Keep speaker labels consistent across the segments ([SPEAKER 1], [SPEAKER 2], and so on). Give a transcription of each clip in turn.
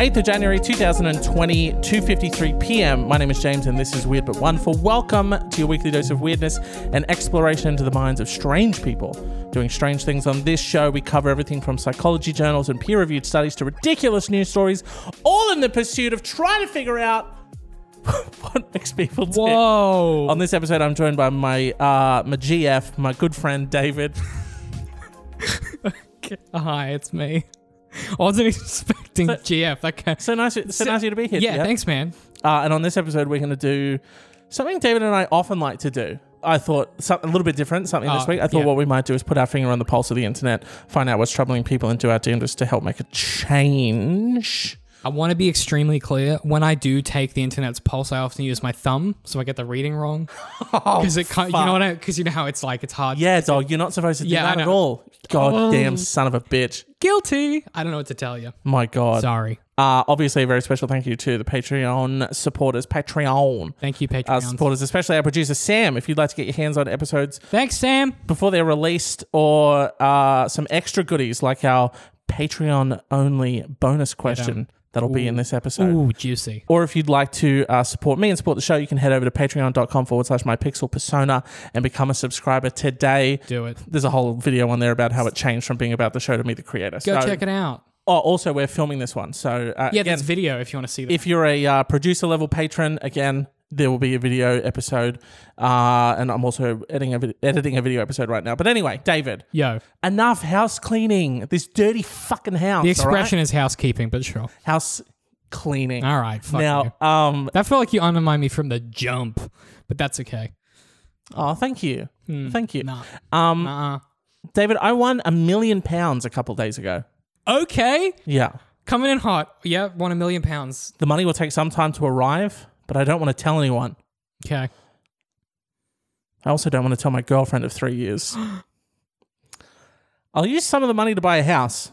[SPEAKER 1] 8th of January 2020, 2.53 p.m. My name is James and this is Weird But Wonderful. Welcome to your weekly dose of weirdness and exploration into the minds of strange people doing strange things on this show. We cover everything from psychology journals and peer-reviewed studies to ridiculous news stories, all in the pursuit of trying to figure out what makes people tick.
[SPEAKER 2] Whoa.
[SPEAKER 1] On this episode, I'm joined by my uh, my GF, my good friend David.
[SPEAKER 2] Hi, it's me. I wasn't expecting GF. Okay.
[SPEAKER 1] So nice, so, nice of you to be here.
[SPEAKER 2] yeah,
[SPEAKER 1] GF.
[SPEAKER 2] thanks, man.
[SPEAKER 1] Uh, and on this episode, we're going to do something David and I often like to do. I thought some, a little bit different, something this
[SPEAKER 2] Oh,
[SPEAKER 1] week. I thought
[SPEAKER 2] yeah.
[SPEAKER 1] what we might do is put our finger on the pulse of the internet, find out what's troubling people, and do our damnedest to help make a change.
[SPEAKER 2] I want to be extremely clear. When I do take the internet's pulse, I often use my thumb, so I get the reading wrong. Because it, can't- you know what? Because you know how it's like. It's hard.
[SPEAKER 1] Oh, Yeah, dog, you're not supposed to do
[SPEAKER 2] Yeah, I
[SPEAKER 1] that at
[SPEAKER 2] know. Oh.
[SPEAKER 1] all. God damn son of a bitch.
[SPEAKER 2] Guilty. I don't know what to tell you.
[SPEAKER 1] My God.
[SPEAKER 2] Sorry.
[SPEAKER 1] Uh, obviously, a very special thank you to the Patreon supporters, Patreon
[SPEAKER 2] Thank you,
[SPEAKER 1] uh,
[SPEAKER 2] Patreon.
[SPEAKER 1] supporters, especially our producer Sam. If you'd like to get your hands on episodes
[SPEAKER 2] Thanks, Sam.
[SPEAKER 1] before they're released, or uh, some extra goodies like our Patreon only bonus question that'll be in this episode.
[SPEAKER 2] Ooh, juicy.
[SPEAKER 1] Or if you'd like to uh, support me and support the show, you can head over to patreon.com forward slash my pixel persona and become a subscriber today.
[SPEAKER 2] Do it.
[SPEAKER 1] There's a whole video on there about how it changed from being about the show to me, the creator.
[SPEAKER 2] Go
[SPEAKER 1] so,
[SPEAKER 2] check it out.
[SPEAKER 1] Oh, also, we're filming this one. So, uh,
[SPEAKER 2] Yeah,
[SPEAKER 1] again,
[SPEAKER 2] that's video if you want to see that.
[SPEAKER 1] if you're a uh, producer level patron, again, there will be a video episode, uh, and I'm also editing a, vid- editing a video episode right now. But anyway, David,
[SPEAKER 2] Yo,
[SPEAKER 1] enough house cleaning. This dirty fucking house.
[SPEAKER 2] the
[SPEAKER 1] all right?
[SPEAKER 2] expression is housekeeping, but sure.
[SPEAKER 1] house cleaning.
[SPEAKER 2] All right. Fuck you.
[SPEAKER 1] now, um,
[SPEAKER 2] That felt like you undermined me from the jump, but that's okay.
[SPEAKER 1] oh, thank you, thank you,
[SPEAKER 2] Hmm, Nah.
[SPEAKER 1] um,
[SPEAKER 2] Uh-uh.
[SPEAKER 1] David. I won a million pounds a couple days ago.
[SPEAKER 2] Okay.
[SPEAKER 1] Yeah,
[SPEAKER 2] Coming in hot. Yeah, won a million pounds.
[SPEAKER 1] the money will take some time to arrive, but I don't want to tell anyone.
[SPEAKER 2] Okay.
[SPEAKER 1] I also don't want to tell my girlfriend of three years. I'll use some of the money to buy a house.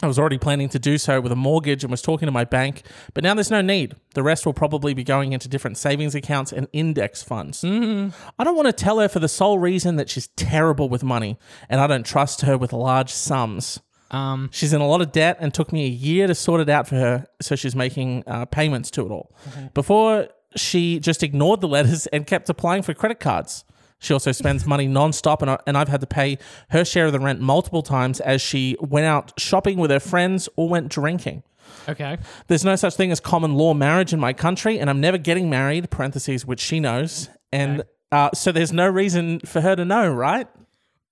[SPEAKER 1] I was already planning to do so with a mortgage and was talking to my bank, but now there's no need. The rest will probably be going into different savings accounts and index funds. I don't want to tell her for the sole reason that she's terrible with money and I don't trust her with large sums.
[SPEAKER 2] Um,
[SPEAKER 1] She's in a lot of debt and took me a year to sort it out for her, so she's making uh, payments to it all. Before, she just ignored the letters and kept applying for credit cards. She also spends money nonstop, and, I, and I've had to pay her share of the rent multiple times as she went out shopping with her friends or went drinking.
[SPEAKER 2] okay.
[SPEAKER 1] There's no such thing as common law marriage in my country, and I'm never getting married, parentheses, which she knows. And uh, so there's no reason for her to know, right?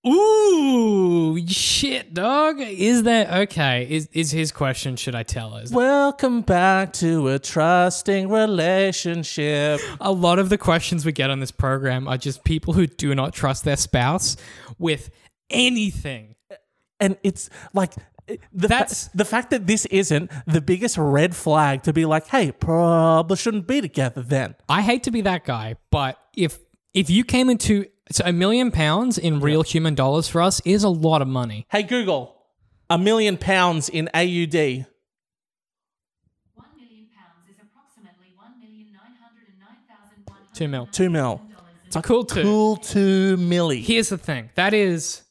[SPEAKER 2] Ooh, shit, dog. Is that okay? Is is his question? Should I tell us?
[SPEAKER 1] Welcome back to a trusting relationship.
[SPEAKER 2] A lot of the questions we get on this program are just people who do not trust their spouse with anything.
[SPEAKER 1] and it's like eh, the
[SPEAKER 2] That's-
[SPEAKER 1] fa- the fact that this isn't the biggest red flag to be like, hey, probably shouldn't be together then.
[SPEAKER 2] I hate to be that guy, but if if you came into so a million pounds in real human dollars for us is a lot of money.
[SPEAKER 1] Hey Google, a million pounds in AUD.
[SPEAKER 3] 1 million pounds is approximately 1,909,100.
[SPEAKER 2] Two mil.
[SPEAKER 1] Two mil.
[SPEAKER 2] It's a cool too.
[SPEAKER 1] Cool two milli.
[SPEAKER 2] Here's the thing. That is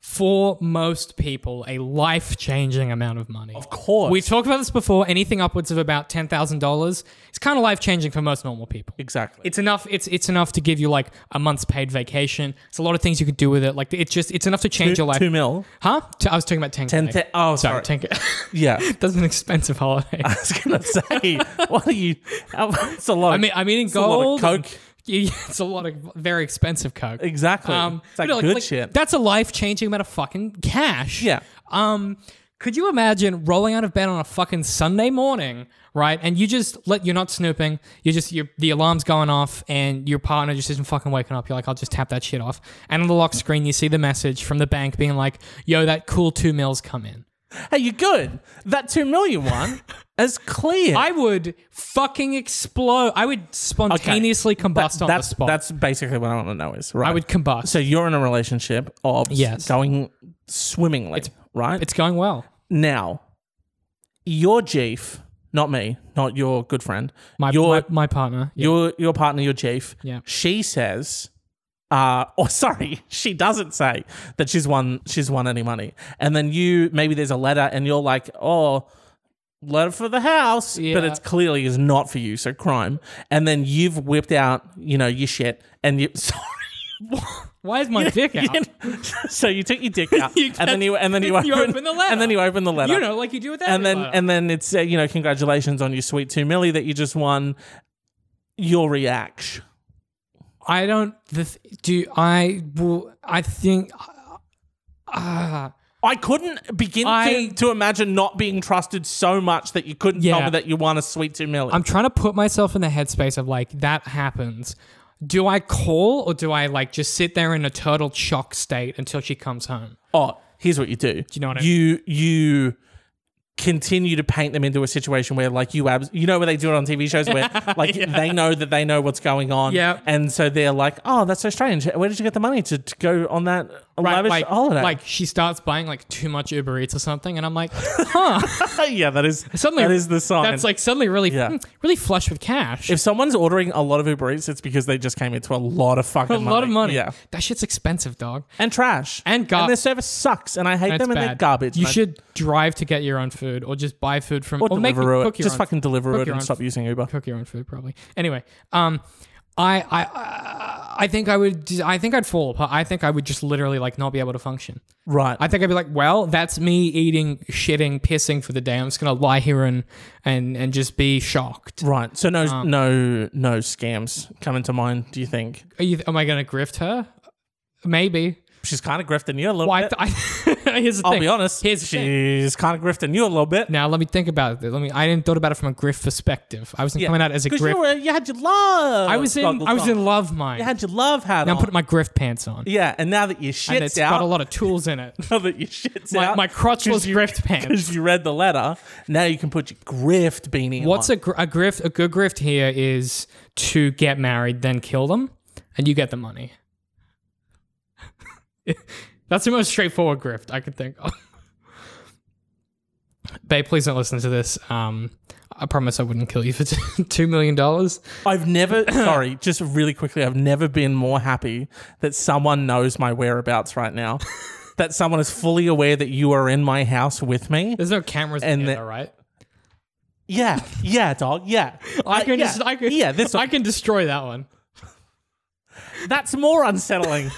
[SPEAKER 2] for most people a life-changing amount of money.
[SPEAKER 1] Of course.
[SPEAKER 2] We've talked about this before. Anything upwards of about ten thousand dollars, it's kind of life changing for most normal people.
[SPEAKER 1] exactly.
[SPEAKER 2] It's enough. It's it's enough to give you like a month's paid vacation. It's a lot of things you could do with it. Like it's just it's enough to change
[SPEAKER 1] two,
[SPEAKER 2] your life.
[SPEAKER 1] two mil.
[SPEAKER 2] Huh? T- I was talking about ten.
[SPEAKER 1] Ten th- oh, sorry.
[SPEAKER 2] Sorry, ten. K.
[SPEAKER 1] Yeah.
[SPEAKER 2] That's an expensive holiday.
[SPEAKER 1] I was gonna say, what are you? It's a lot.
[SPEAKER 2] I mean, I'm eating
[SPEAKER 1] a lot of
[SPEAKER 2] gold. and-
[SPEAKER 1] Coke.
[SPEAKER 2] Yeah, it's a lot of very expensive coke. Um,
[SPEAKER 1] exactly. it's like
[SPEAKER 2] you know,
[SPEAKER 1] good shit.
[SPEAKER 2] That's a life changing amount of fucking cash.
[SPEAKER 1] Yeah.
[SPEAKER 2] Um, could you imagine rolling out of bed on a fucking Sunday morning, right? And you just let you're not snooping. You just you the alarm's going off, and your partner just isn't fucking waking up. You're like, I'll just tap that shit off. And on the lock screen, you see the message from the bank being like, Yo, that cool two mils come in.
[SPEAKER 1] hey, you good? That two million one is clear.
[SPEAKER 2] I would fucking explode. I would spontaneously combust on
[SPEAKER 1] that's
[SPEAKER 2] the spot.
[SPEAKER 1] that's basically what I want to know is right.
[SPEAKER 2] I would combust.
[SPEAKER 1] So you're in a relationship of s-
[SPEAKER 2] Yes.
[SPEAKER 1] going swimmingly, right?
[SPEAKER 2] it's going well.
[SPEAKER 1] now, your chief, not me, not your good friend,
[SPEAKER 2] My
[SPEAKER 1] your
[SPEAKER 2] my, my partner. Yeah.
[SPEAKER 1] your your partner, your chief.
[SPEAKER 2] Yeah.
[SPEAKER 1] She says, uh, or sorry, she doesn't say that she's won she's won any money, and then you maybe there's a letter, and you're like, oh. love for the house,
[SPEAKER 2] Yeah.
[SPEAKER 1] but it's clearly is not for you, so crime. And then you've whipped out, you know, your shit, and you. Sorry.
[SPEAKER 2] Why is my dick out?
[SPEAKER 1] so you took your dick out,
[SPEAKER 2] You-
[SPEAKER 1] and then you and then you open,
[SPEAKER 2] you open the letter.
[SPEAKER 1] and then you open the letter,
[SPEAKER 2] You know, like you do with that.
[SPEAKER 1] and then and then it's uh, you know, congratulations on your sweet two milli that you just won. Your reaction.
[SPEAKER 2] I don't. The th- do I? Will, I think. Ah,
[SPEAKER 1] I couldn't begin
[SPEAKER 2] I-
[SPEAKER 1] to, to imagine not being trusted so much that you couldn't tell
[SPEAKER 2] Yeah.
[SPEAKER 1] me that you won a sweet two milli.
[SPEAKER 2] I'm trying to put myself in the headspace of like that happens. Do I call or do I like just sit there in a turtle shock state until she comes home?
[SPEAKER 1] Oh, here's what you do. Do
[SPEAKER 2] you know what I-
[SPEAKER 1] You you continue to paint them into a situation where like you abs you know where they do it on TV shows where like they know that they know what's going on.
[SPEAKER 2] Yeah.
[SPEAKER 1] And so they're like, Oh, that's so strange. Where did you get the money to, to go on that lavish
[SPEAKER 2] like,
[SPEAKER 1] holiday?
[SPEAKER 2] like she starts buying like too much Uber Eats or something, and I'm like,
[SPEAKER 1] yeah, that is
[SPEAKER 2] suddenly
[SPEAKER 1] that is the sign.
[SPEAKER 2] That's like suddenly really,
[SPEAKER 1] Yeah.
[SPEAKER 2] hmm, really flush with cash.
[SPEAKER 1] if someone's ordering a lot of Uber Eats, it's because they just came into a lot of fucking
[SPEAKER 2] a lot of money.
[SPEAKER 1] Yeah.
[SPEAKER 2] That shit's expensive, dog.
[SPEAKER 1] And trash.
[SPEAKER 2] And gar-
[SPEAKER 1] And their service sucks and I hate
[SPEAKER 2] That's
[SPEAKER 1] them and they're
[SPEAKER 2] bad.
[SPEAKER 1] garbage.
[SPEAKER 2] You
[SPEAKER 1] and I-
[SPEAKER 2] should drive to get your own food, or just buy food from,
[SPEAKER 1] or
[SPEAKER 2] or, make
[SPEAKER 1] deliver it.
[SPEAKER 2] cook your
[SPEAKER 1] Just
[SPEAKER 2] own
[SPEAKER 1] fucking deliver
[SPEAKER 2] cook
[SPEAKER 1] it
[SPEAKER 2] your
[SPEAKER 1] and
[SPEAKER 2] own
[SPEAKER 1] stop using Uber.
[SPEAKER 2] cook your own food probably. Anyway, um, I I I- I think I would I think I'd fall apart. I think I would just literally like not be able to function.
[SPEAKER 1] Right.
[SPEAKER 2] I think I'd be like, well, that's me eating, shitting, pissing for the day. I'm just gonna lie here and and and just be shocked.
[SPEAKER 1] Right. So no,
[SPEAKER 2] Um,
[SPEAKER 1] no, no scams come into mind. Do you think
[SPEAKER 2] Are you, am I gonna grift her? Maybe.
[SPEAKER 1] she's kind of grifting you a little
[SPEAKER 2] Why?
[SPEAKER 1] bit?
[SPEAKER 2] I here's the
[SPEAKER 1] I'll
[SPEAKER 2] thing.
[SPEAKER 1] be honest.
[SPEAKER 2] Here's the thing.
[SPEAKER 1] she's kind of grifting you a little bit.
[SPEAKER 2] Now let me think about it. Let me. I didn't thought about it from a grift perspective. I wasn't coming out as a
[SPEAKER 1] Because you,
[SPEAKER 2] grift.
[SPEAKER 1] were- you had your love.
[SPEAKER 2] I was in.
[SPEAKER 1] goggles
[SPEAKER 2] I was
[SPEAKER 1] on.
[SPEAKER 2] in love
[SPEAKER 1] You
[SPEAKER 2] mine.
[SPEAKER 1] had your love hat
[SPEAKER 2] Now I'm
[SPEAKER 1] on.
[SPEAKER 2] putting my grift pants on.
[SPEAKER 1] yeah, and now that your
[SPEAKER 2] and
[SPEAKER 1] shit's
[SPEAKER 2] it's
[SPEAKER 1] out,
[SPEAKER 2] got a lot of tools in it.
[SPEAKER 1] now that your shit's
[SPEAKER 2] My,
[SPEAKER 1] out,
[SPEAKER 2] my crotch was grift pants.
[SPEAKER 1] because you read the letter. Now you can put your grift beanie.
[SPEAKER 2] What's
[SPEAKER 1] on.
[SPEAKER 2] a, gr- a grift? A good grift here is to get married, then kill them, and you get the money. That's the most straightforward grift I could think of. Babe, please don't listen to this. Um, I promise I wouldn't kill you for two- two million dollars.
[SPEAKER 1] I've never, sorry, just really quickly, I've never been more happy that someone knows my whereabouts right now. that someone is fully aware that you are in my house with me.
[SPEAKER 2] There's no cameras in
[SPEAKER 1] And
[SPEAKER 2] here,
[SPEAKER 1] the-
[SPEAKER 2] though, right?
[SPEAKER 1] Yeah, yeah, dog. Yeah,
[SPEAKER 2] I
[SPEAKER 1] Uh,
[SPEAKER 2] can,
[SPEAKER 1] yeah,
[SPEAKER 2] just, I can,
[SPEAKER 1] yeah. This
[SPEAKER 2] I
[SPEAKER 1] one.
[SPEAKER 2] can destroy that one.
[SPEAKER 1] That's more unsettling.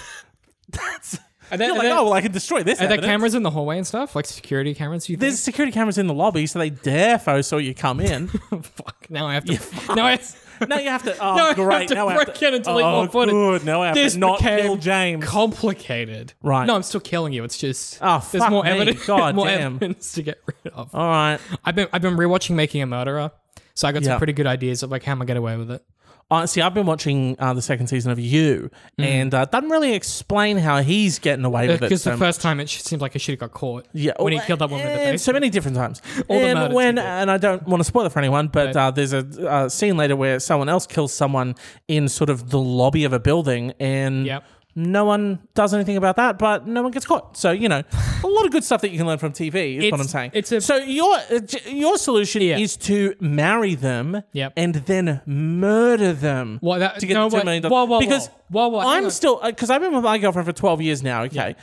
[SPEAKER 1] That's.
[SPEAKER 2] And then-
[SPEAKER 1] you're
[SPEAKER 2] and
[SPEAKER 1] like,
[SPEAKER 2] then-
[SPEAKER 1] oh well, I can destroy this.
[SPEAKER 2] Are there
[SPEAKER 1] evidence.
[SPEAKER 2] cameras in the hallway and stuff, like security cameras? You think?
[SPEAKER 1] There's security cameras in the lobby, so they defo saw you come in.
[SPEAKER 2] Fuck. Now I have to. Now I.
[SPEAKER 1] now you have to. Oh,
[SPEAKER 2] Now I have
[SPEAKER 1] great.
[SPEAKER 2] to
[SPEAKER 1] now I have
[SPEAKER 2] break
[SPEAKER 1] to.
[SPEAKER 2] in and delete
[SPEAKER 1] oh,
[SPEAKER 2] more footage.
[SPEAKER 1] good. Now I have
[SPEAKER 2] This
[SPEAKER 1] to not
[SPEAKER 2] became
[SPEAKER 1] kill James.
[SPEAKER 2] Complicated.
[SPEAKER 1] Right.
[SPEAKER 2] No, I'm still killing you. It's just.
[SPEAKER 1] Oh,
[SPEAKER 2] There's
[SPEAKER 1] fuck
[SPEAKER 2] more
[SPEAKER 1] me.
[SPEAKER 2] evidence.
[SPEAKER 1] God
[SPEAKER 2] more
[SPEAKER 1] damn. Oh.
[SPEAKER 2] evidence to get rid of.
[SPEAKER 1] All right.
[SPEAKER 2] I've been I've been rewatching Making a Murderer, so I got
[SPEAKER 1] Yeah.
[SPEAKER 2] some pretty good ideas of like how am I get away with it.
[SPEAKER 1] Uh, see, I've been watching uh, the second season of You,
[SPEAKER 2] Mm.
[SPEAKER 1] and uh, doesn't really explain how he's getting away with it. um,
[SPEAKER 2] Because
[SPEAKER 1] so
[SPEAKER 2] Uh, the first time it sh- seemed like I should have got caught.
[SPEAKER 1] Yeah,
[SPEAKER 2] When he
[SPEAKER 1] well,
[SPEAKER 2] killed that woman in the
[SPEAKER 1] and
[SPEAKER 2] basement.
[SPEAKER 1] so many different times.
[SPEAKER 2] the
[SPEAKER 1] and
[SPEAKER 2] murders
[SPEAKER 1] when,
[SPEAKER 2] he did.
[SPEAKER 1] and I don't want to spoil it for anyone, but
[SPEAKER 2] Right.
[SPEAKER 1] uh, there's a uh, scene later where someone else kills someone in sort of the lobby of a building, and
[SPEAKER 2] Yep.
[SPEAKER 1] no one does anything about that, but no one gets caught. So you know, a lot of good stuff that you can learn from TV is what
[SPEAKER 2] It's-
[SPEAKER 1] I'm saying.
[SPEAKER 2] it's a-
[SPEAKER 1] so your uh, j- your solution
[SPEAKER 2] Yeah.
[SPEAKER 1] is to marry them,
[SPEAKER 2] Yep.
[SPEAKER 1] and then murder them
[SPEAKER 2] Well, that-
[SPEAKER 1] to get
[SPEAKER 2] no,
[SPEAKER 1] the two
[SPEAKER 2] wait.
[SPEAKER 1] million
[SPEAKER 2] Whoa, whoa, whoa.
[SPEAKER 1] because
[SPEAKER 2] Whoa, whoa, hang
[SPEAKER 1] I'm
[SPEAKER 2] on.
[SPEAKER 1] still because I've been with my girlfriend for 12 years now. Okay,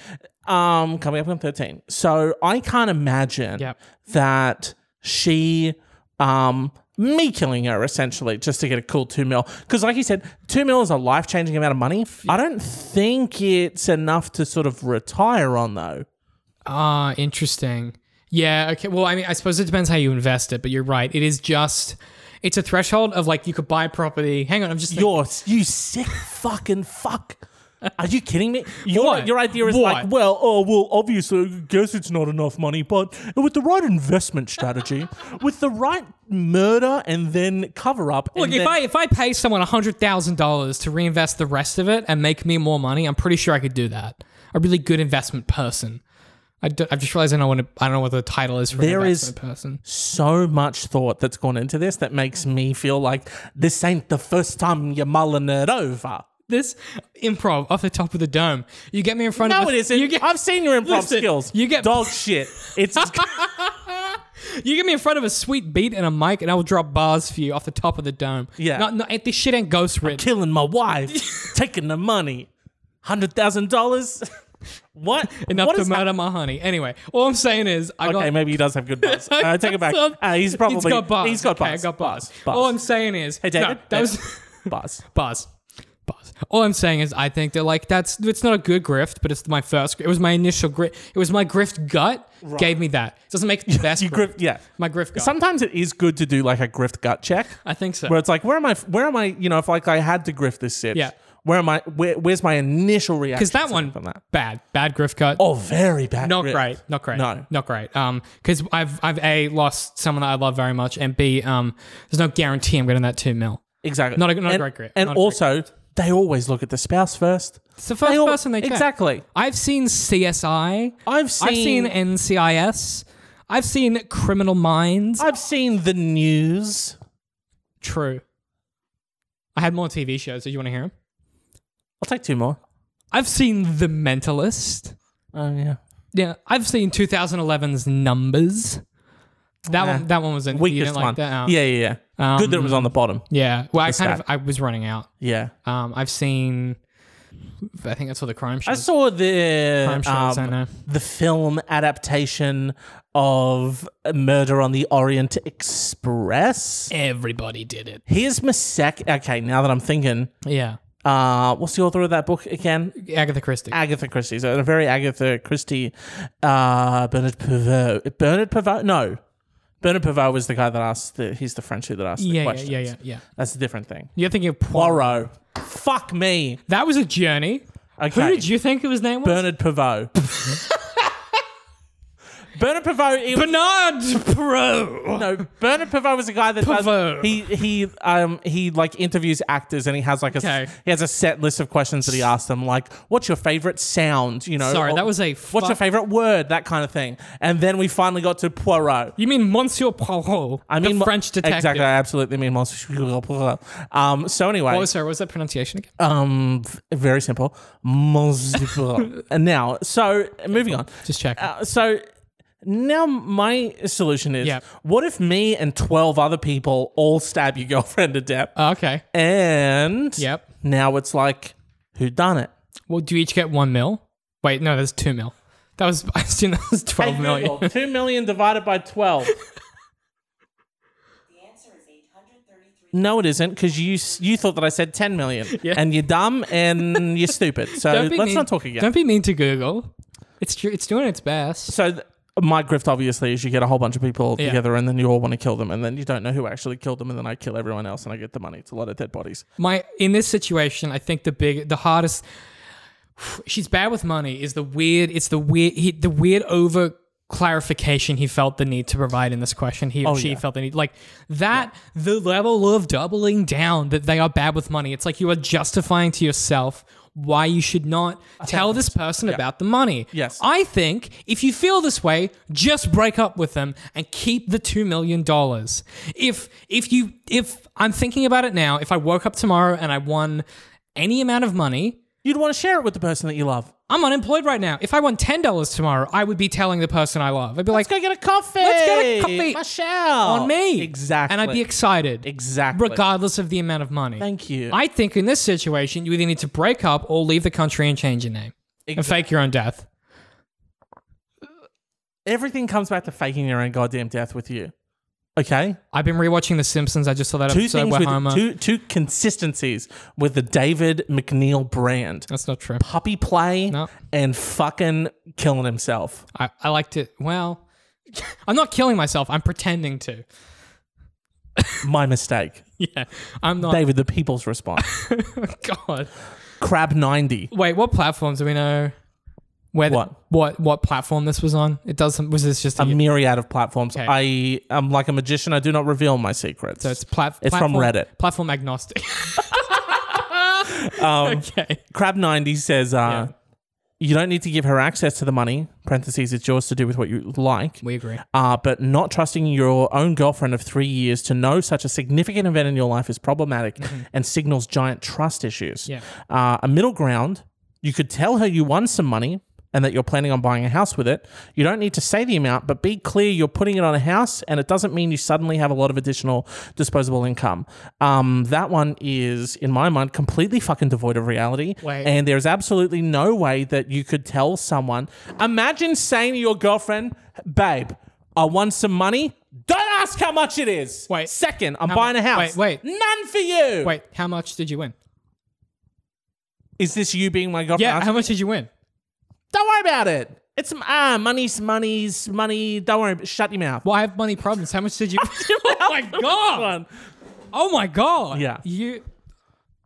[SPEAKER 1] um, coming up on 13. So I can't imagine
[SPEAKER 2] Yep.
[SPEAKER 1] that she, um, me killing her essentially just to get a cool two mil. Because like you said, two mil is a life changing amount of money. I don't think it's enough to sort of retire on though.
[SPEAKER 2] Ah, interesting. Yeah, okay. Well, I mean, I suppose it depends how you invest it, but you're right. It is just it's a threshold of like you could buy property. Hang on, I'm just thinking,
[SPEAKER 1] You're you sick fucking fuck. Are you kidding me? Your
[SPEAKER 2] What?
[SPEAKER 1] your idea is
[SPEAKER 2] What?
[SPEAKER 1] like, well, oh well, obviously, I guess it's not enough money, but with the right investment strategy, with the right murder and then cover up.
[SPEAKER 2] Look, if I if I pay someone hundred thousand dollars to reinvest the rest of it and make me more money, I'm pretty sure I could do that. A really good investment person. I do, I've just realized I don't want to. I don't know what the title is for
[SPEAKER 1] There
[SPEAKER 2] an
[SPEAKER 1] is-
[SPEAKER 2] investment person.
[SPEAKER 1] so much thought that's gone into this that makes me feel like this ain't the first time you're mulling it over.
[SPEAKER 2] This improv off the top of the dome. You get me in front of
[SPEAKER 1] No,
[SPEAKER 2] a-
[SPEAKER 1] it isn't.
[SPEAKER 2] You get,
[SPEAKER 1] I've seen your improv
[SPEAKER 2] Listen,
[SPEAKER 1] skills.
[SPEAKER 2] you get-
[SPEAKER 1] dog shit. It's
[SPEAKER 2] You get me in front of a sweet beat and a mic, and I will drop bars for you off the top of the dome.
[SPEAKER 1] Yeah.
[SPEAKER 2] No, no, ain't- this shit ain't ghost written.
[SPEAKER 1] killing my wife, taking the money, hundred thousand dollars. What?
[SPEAKER 2] Enough
[SPEAKER 1] what
[SPEAKER 2] to
[SPEAKER 1] is hap-
[SPEAKER 2] murder my honey. Anyway, all I'm saying is I
[SPEAKER 1] okay,
[SPEAKER 2] got
[SPEAKER 1] maybe he does have good buzz. Uh, I take it back.
[SPEAKER 2] Some-
[SPEAKER 1] Uh, he's probably
[SPEAKER 2] he's got bars.
[SPEAKER 1] He's got buzz.
[SPEAKER 2] Okay, I got bars.
[SPEAKER 1] Buzz.
[SPEAKER 2] All I'm saying is,
[SPEAKER 1] Hey, David.
[SPEAKER 2] no, that was
[SPEAKER 1] buzz.
[SPEAKER 2] bars. Bars. All I'm saying is, I think that like that's it's not a good grift, but it's my first. It was my initial grift. It was my grift gut gave me that. It doesn't make it the best.
[SPEAKER 1] You grift, yeah.
[SPEAKER 2] My grift gut.
[SPEAKER 1] Sometimes it is good to do like a grift gut check,
[SPEAKER 2] I think so.
[SPEAKER 1] where it's like, where am I? Where am I? You know, if like I had to grift this sip,
[SPEAKER 2] Yeah.
[SPEAKER 1] Where am I? Where, where's my initial reaction?
[SPEAKER 2] Because that one,
[SPEAKER 1] from that?
[SPEAKER 2] bad, bad grift gut.
[SPEAKER 1] Oh, very bad.
[SPEAKER 2] not
[SPEAKER 1] grift.
[SPEAKER 2] great, not great,
[SPEAKER 1] No.
[SPEAKER 2] not great. Um, because I've I've a lost someone that I love very much, and b um, there's no guarantee I'm getting that two mil.
[SPEAKER 1] Exactly.
[SPEAKER 2] Not a- not a
[SPEAKER 1] and,
[SPEAKER 2] great grip.
[SPEAKER 1] And
[SPEAKER 2] Not a great
[SPEAKER 1] also, they always look at the spouse first.
[SPEAKER 2] It's the first
[SPEAKER 1] all-
[SPEAKER 2] person they check.
[SPEAKER 1] Exactly.
[SPEAKER 2] I've seen CSI.
[SPEAKER 1] I've seen.
[SPEAKER 2] I've seen NCIS. I've seen Criminal Minds.
[SPEAKER 1] I've seen the news.
[SPEAKER 2] True. I had more TV shows. Did you want to hear them?
[SPEAKER 1] I'll take two more.
[SPEAKER 2] I've seen The Mentalist.
[SPEAKER 1] Oh yeah.
[SPEAKER 2] Yeah, I've seen 2011's Numbers. That one, that one was in. you
[SPEAKER 1] Weakest
[SPEAKER 2] didn't like
[SPEAKER 1] one.
[SPEAKER 2] That? Oh.
[SPEAKER 1] yeah, yeah, yeah. Good that it was on the bottom.
[SPEAKER 2] yeah. Well, I kind of
[SPEAKER 1] stat.
[SPEAKER 2] I was running out.
[SPEAKER 1] Yeah.
[SPEAKER 2] Um, I've seen. I think that's all the crime
[SPEAKER 1] I
[SPEAKER 2] shows.
[SPEAKER 1] saw the um,
[SPEAKER 2] Crime shows, I know.
[SPEAKER 1] the film adaptation of Murder on the Orient Express.
[SPEAKER 2] Eh. Everybody did it.
[SPEAKER 1] Here's my sec. Okay, now that I'm thinking,
[SPEAKER 2] Yeah,
[SPEAKER 1] uh, what's the author of that book again?
[SPEAKER 2] Agatha Christie.
[SPEAKER 1] Agatha Christie. So a very Agatha Christie. Uh, Bernard Pivot. Bernard Pivot. No, Bernard Pivot was the guy that asked. The, he's the French who that asked the
[SPEAKER 2] yeah, yeah,
[SPEAKER 1] questions.
[SPEAKER 2] yeah, yeah, yeah.
[SPEAKER 1] That's a different thing.
[SPEAKER 2] You're thinking of Poirot.
[SPEAKER 1] Poirot. Fuck me.
[SPEAKER 2] That was a journey.
[SPEAKER 1] Okay.
[SPEAKER 2] Who did you think his name was?
[SPEAKER 1] Bernard Pivot. Bernard Pivot. It,
[SPEAKER 2] Bernard Pro.
[SPEAKER 1] no, Bernard Pivot was a guy that does,
[SPEAKER 2] Pivot.
[SPEAKER 1] he he um he like interviews actors and he has like a
[SPEAKER 2] Okay.
[SPEAKER 1] he has a set list of questions that he asks them like what's your favorite sound you know
[SPEAKER 2] Sorry,
[SPEAKER 1] or
[SPEAKER 2] that was a
[SPEAKER 1] what's
[SPEAKER 2] fuck-
[SPEAKER 1] your favorite word that kind of thing and then we finally got to Poirot.
[SPEAKER 2] You mean Monsieur Poirot?
[SPEAKER 1] I mean
[SPEAKER 2] the French detective.
[SPEAKER 1] Exactly, I absolutely mean Monsieur Poirot. Um, so anyway,
[SPEAKER 2] Oh, sorry, what was that pronunciation again?
[SPEAKER 1] Um, v- very simple. Multiple. and now, so moving on.
[SPEAKER 2] Just check.
[SPEAKER 1] Uh, so now my solution is:
[SPEAKER 2] Yep.
[SPEAKER 1] what if me and twelve other people all stab your girlfriend to death?
[SPEAKER 2] Oh, okay.
[SPEAKER 1] and
[SPEAKER 2] Yep.
[SPEAKER 1] now it's like, who done it?
[SPEAKER 2] Well, do you each get one mil? Wait, no, that's two mil. That was I assume that was twelve
[SPEAKER 1] Hey,
[SPEAKER 2] million.
[SPEAKER 1] Google, Two million divided by twelve.
[SPEAKER 3] The answer is 833.
[SPEAKER 1] No, it isn't, because you s- you thought that I said ten million,
[SPEAKER 2] Yeah.
[SPEAKER 1] and you're dumb and you're stupid. So Uh, let's
[SPEAKER 2] mean,
[SPEAKER 1] not talk again.
[SPEAKER 2] Don't be mean to Google. It's tr- it's doing its best.
[SPEAKER 1] so th- my grift obviously is you get a whole bunch of people
[SPEAKER 2] Yeah.
[SPEAKER 1] together and then you all want to kill them and then you don't know who actually killed them and then I kill everyone else and I get the money. It's a lot of dead bodies.
[SPEAKER 2] My in this situation, I think the big the hardest. She's bad with money. Is the weird? It's the weird. He, the weird over clarification he felt the need to provide in this question. He or she
[SPEAKER 1] Oh, yeah.
[SPEAKER 2] felt the need like that. The level of doubling down that they are bad with money. It's like you are justifying to yourself why you should not tell this person about the money.
[SPEAKER 1] Yes.
[SPEAKER 2] I think if you feel this way, just break up with them and keep the two million dollars. If if you if I'm thinking about it now, if I woke up tomorrow and I won any amount of money,
[SPEAKER 1] You'd want to share it with the person that you love.
[SPEAKER 2] I'm unemployed right now. If I won ten dollars tomorrow, I would be telling the person I love. I'd be
[SPEAKER 1] Let's
[SPEAKER 2] like,
[SPEAKER 1] go get a coffee.
[SPEAKER 2] Let's get a coffee.
[SPEAKER 1] Michelle.
[SPEAKER 2] on me,
[SPEAKER 1] Exactly.
[SPEAKER 2] and I'd be excited,
[SPEAKER 1] Exactly.
[SPEAKER 2] regardless of the amount of money.
[SPEAKER 1] Thank you.
[SPEAKER 2] I think in this situation, you either need to break up or leave the country and change your name and
[SPEAKER 1] Exact-
[SPEAKER 2] fake your own death.
[SPEAKER 1] Everything comes back to faking your own goddamn death with you. Okay?
[SPEAKER 2] I've been rewatching The Simpsons. I just saw that
[SPEAKER 1] Two
[SPEAKER 2] episode
[SPEAKER 1] things
[SPEAKER 2] where
[SPEAKER 1] with
[SPEAKER 2] Homer.
[SPEAKER 1] two two consistencies with the David McNeil brand.
[SPEAKER 2] That's not true.
[SPEAKER 1] Puppy play
[SPEAKER 2] No.
[SPEAKER 1] and fucking killing himself.
[SPEAKER 2] I, I liked it. Well, I'm not killing myself. I'm pretending to.
[SPEAKER 1] My mistake.
[SPEAKER 2] Yeah, I'm not.
[SPEAKER 1] David, the people's response.
[SPEAKER 2] God.
[SPEAKER 1] Crab 90.
[SPEAKER 2] Wait, what platforms do we know? Where the-
[SPEAKER 1] What?
[SPEAKER 2] what what platform this was on? It doesn't. Was this just a?
[SPEAKER 1] A myriad of platforms.
[SPEAKER 2] Okay.
[SPEAKER 1] I am like a magician. I do not reveal my secrets.
[SPEAKER 2] so it's plat-
[SPEAKER 1] it's from
[SPEAKER 2] platform-
[SPEAKER 1] Reddit.
[SPEAKER 2] Platform agnostic.
[SPEAKER 1] Um,
[SPEAKER 2] okay.
[SPEAKER 1] Crab 90 says, uh,
[SPEAKER 2] Yeah.
[SPEAKER 1] you don't need to give her access to the money. Parentheses, it's yours to do with what you like.
[SPEAKER 2] We agree.
[SPEAKER 1] Uh, but not trusting your own girlfriend of three years to know such a significant event in your life is problematic and signals giant trust issues.
[SPEAKER 2] Mm-hmm. Yeah.
[SPEAKER 1] Uh, a middle ground, you could tell her you won some money and that you're planning on buying a house with it. You don't need to say the amount, but be clear you're putting it on a house, and it doesn't mean you suddenly have a lot of additional disposable income. Um, that one is, in my mind, completely fucking devoid of reality.
[SPEAKER 2] Wait.
[SPEAKER 1] And there's absolutely no way that you could tell someone. Imagine saying to your girlfriend, babe, I want some money. Don't ask how much it is.
[SPEAKER 2] Wait.
[SPEAKER 1] Second, I'm
[SPEAKER 2] How mu-
[SPEAKER 1] buying a house.
[SPEAKER 2] wait, wait.
[SPEAKER 1] None for you.
[SPEAKER 2] Wait, how much did you win?
[SPEAKER 1] Is this you being my girlfriend?
[SPEAKER 2] Yeah,
[SPEAKER 1] asking-
[SPEAKER 2] how much did you win?
[SPEAKER 1] Don't worry about it. It's ah, money's money's money. Don't worry. Shut your mouth.
[SPEAKER 2] Well, I have money problems. How much did you? oh my god!
[SPEAKER 1] One.
[SPEAKER 2] Oh my god!
[SPEAKER 1] Yeah.
[SPEAKER 2] You.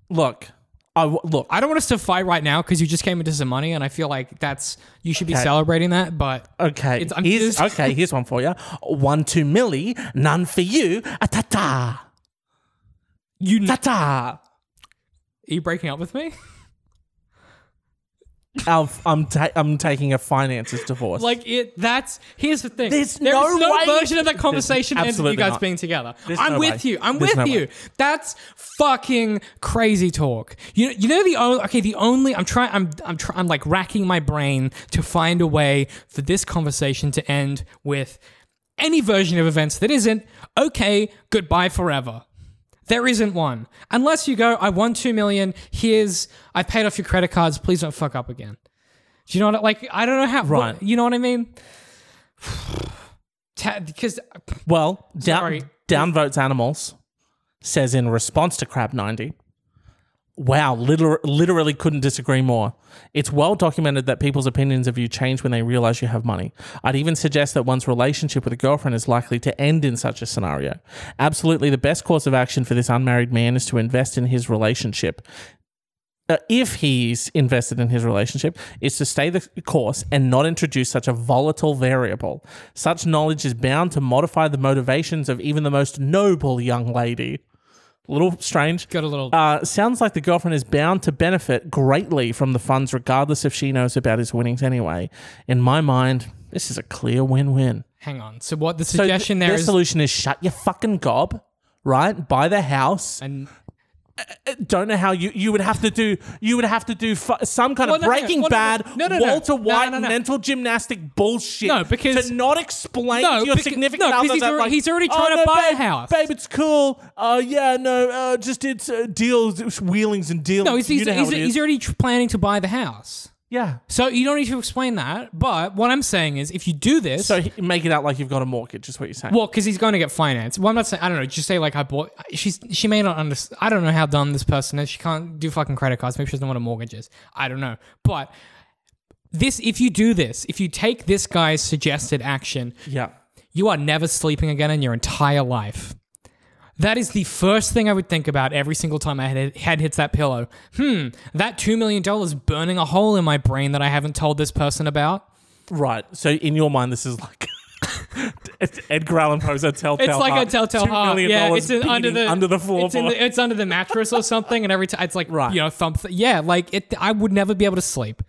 [SPEAKER 1] Look, I w- look.
[SPEAKER 2] I don't want us to fight right now because you just came into some money, and I feel like that's you should
[SPEAKER 1] Okay.
[SPEAKER 2] be celebrating that. But
[SPEAKER 1] Okay,
[SPEAKER 2] It's- I'm
[SPEAKER 1] here's,
[SPEAKER 2] just-
[SPEAKER 1] okay. Here's one for you. One two milli, none for you. A ta ta. You ta ta.
[SPEAKER 2] are you breaking up with me?
[SPEAKER 1] I'll- I'm ta- I'm taking a finances divorce.
[SPEAKER 2] like it. That's here's the thing.
[SPEAKER 1] There's
[SPEAKER 2] There
[SPEAKER 1] no
[SPEAKER 2] is no
[SPEAKER 1] way-
[SPEAKER 2] version of that conversation ends with
[SPEAKER 1] absolutely
[SPEAKER 2] you guys
[SPEAKER 1] not.
[SPEAKER 2] being together.
[SPEAKER 1] There's
[SPEAKER 2] I'm
[SPEAKER 1] no
[SPEAKER 2] with
[SPEAKER 1] way.
[SPEAKER 2] you. I'm
[SPEAKER 1] There's
[SPEAKER 2] with
[SPEAKER 1] no
[SPEAKER 2] you.
[SPEAKER 1] way.
[SPEAKER 2] That's fucking crazy talk. You you know the only okay the only I'm trying I'm I'm try, I'm like racking my brain to find a way for this conversation to end with any version of events that isn't okay goodbye forever. There isn't one. Unless you go, I won two million. Here's, I paid off your credit cards. Please don't fuck up again. Do you know what? I- Like, I don't know how.
[SPEAKER 1] Right.
[SPEAKER 2] what- you know what I mean? Because
[SPEAKER 1] Well, down,
[SPEAKER 2] Sorry.
[SPEAKER 1] downvotes animals says in response to Crab 90. Wow, liter- literally couldn't disagree more. It's well documented that people's opinions of you change when they realize you have money. I'd even suggest that one's relationship with a girlfriend is likely to end in such a scenario. Absolutely, the best course of action for this unmarried man is to invest in his relationship uh, if he's invested in his relationship, is to stay the course and not introduce such a volatile variable. Such knowledge is bound to modify the motivations of even the most noble young lady. Little strange.
[SPEAKER 2] got a little.
[SPEAKER 1] Uh, sounds like the girlfriend is bound to benefit greatly from the funds, regardless if she knows about his winnings anyway. In my mind, this is a clear win win.
[SPEAKER 2] hang on. So what the
[SPEAKER 1] So, th-
[SPEAKER 2] suggestion
[SPEAKER 1] their
[SPEAKER 2] there is,
[SPEAKER 1] solution is shut your fucking gob, right? Buy the house Uh,
[SPEAKER 2] and
[SPEAKER 1] don't know how you you would have to do you would have to do fu- some kind
[SPEAKER 2] Well,
[SPEAKER 1] of
[SPEAKER 2] no, no, no.
[SPEAKER 1] Breaking
[SPEAKER 2] Well, no, no.
[SPEAKER 1] Bad
[SPEAKER 2] No, no, no.
[SPEAKER 1] Walter
[SPEAKER 2] No,
[SPEAKER 1] White
[SPEAKER 2] no, no.
[SPEAKER 1] mental gymnastic bullshit.
[SPEAKER 2] No, because-
[SPEAKER 1] to not explain
[SPEAKER 2] No,
[SPEAKER 1] to your
[SPEAKER 2] becau-
[SPEAKER 1] significant
[SPEAKER 2] no, 'cause
[SPEAKER 1] other
[SPEAKER 2] he's
[SPEAKER 1] that
[SPEAKER 2] alre-
[SPEAKER 1] like,
[SPEAKER 2] he's already
[SPEAKER 1] "Oh,
[SPEAKER 2] trying to
[SPEAKER 1] no,
[SPEAKER 2] buy a
[SPEAKER 1] babe,
[SPEAKER 2] house."
[SPEAKER 1] babe. It's cool. Oh yeah, no, uh, just it's uh, deals, it's wheelings and deals.
[SPEAKER 2] no, he's he's,
[SPEAKER 1] you know how
[SPEAKER 2] he's,
[SPEAKER 1] it is.
[SPEAKER 2] he's already tr- planning to buy the house.
[SPEAKER 1] yeah.
[SPEAKER 2] So you don't need to explain that. But what I'm saying is, if you do this,
[SPEAKER 1] So he, make it out like you've got a mortgage. Is what you're saying.
[SPEAKER 2] Well, because he's going to get financed. Well, I'm not saying. I don't know. Just say like I bought. She's she may not understand. I don't know how dumb this person is. She can't do fucking credit cards. Maybe she doesn't know what a mortgage is. I don't know. But this, if you do this, if you take this guy's suggested action,
[SPEAKER 1] yeah.
[SPEAKER 2] you are never sleeping again in your entire life. That is the first thing I would think about every single time my head, head hits that pillow. Hmm, that $2 million burning a hole in my brain that I haven't told this person about.
[SPEAKER 1] Right. So in your mind, this is like. it's Edgar Allan Poe's a telltale.
[SPEAKER 2] It's like
[SPEAKER 1] heart.
[SPEAKER 2] a telltale
[SPEAKER 1] Two
[SPEAKER 2] heart.
[SPEAKER 1] million
[SPEAKER 2] Yeah,
[SPEAKER 1] dollars
[SPEAKER 2] it's in- under
[SPEAKER 1] beating
[SPEAKER 2] the
[SPEAKER 1] under the floorboard.
[SPEAKER 2] It's, in the, it's under the mattress or something, and every time it's like
[SPEAKER 1] Right.
[SPEAKER 2] you know thump. Th- yeah, like it. I would never be able to sleep.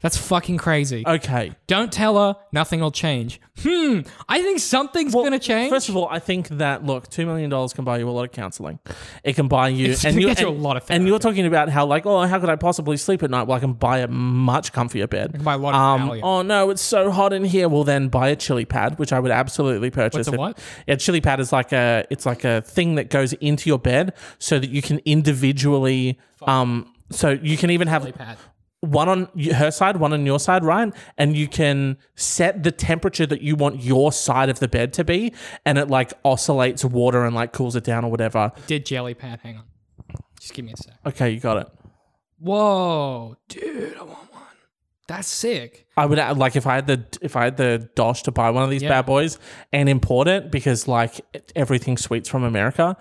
[SPEAKER 2] That's fucking crazy.
[SPEAKER 1] okay.
[SPEAKER 2] Don't tell her. Nothing will change. Hmm. I think something's gonna change.
[SPEAKER 1] First of all, I think that look, two million dollars can buy you a lot of counseling. It can buy you
[SPEAKER 2] It's-
[SPEAKER 1] and
[SPEAKER 2] it
[SPEAKER 1] you
[SPEAKER 2] gets you a
[SPEAKER 1] and-
[SPEAKER 2] lot of
[SPEAKER 1] And you're talking about how like, oh, how could I possibly sleep at night? Well, I can buy a much comfier bed.
[SPEAKER 2] buy a lot of
[SPEAKER 1] um,
[SPEAKER 2] value.
[SPEAKER 1] Oh no, it's so hot in here. Well, then buy a chili pad, which I would absolutely purchase.
[SPEAKER 2] What's a
[SPEAKER 1] If-
[SPEAKER 2] what?
[SPEAKER 1] A chili pad is like a it's like a thing that goes into your bed so that you can individually. Um, so you can even have
[SPEAKER 2] Pat.
[SPEAKER 1] one on y- her side, one on your side, right? And you can set the temperature that you want your side of the bed to be, and it like oscillates water and like cools it down or whatever.
[SPEAKER 2] Did jelly pad? Hang on. Just give me a sec.
[SPEAKER 1] Okay, you got it.
[SPEAKER 2] Whoa, dude, I want one. That's sick.
[SPEAKER 1] I would uh, like if I had the if I had the dosh to buy one of these
[SPEAKER 2] Yeah.
[SPEAKER 1] bad boys and import it because like everything sweets from America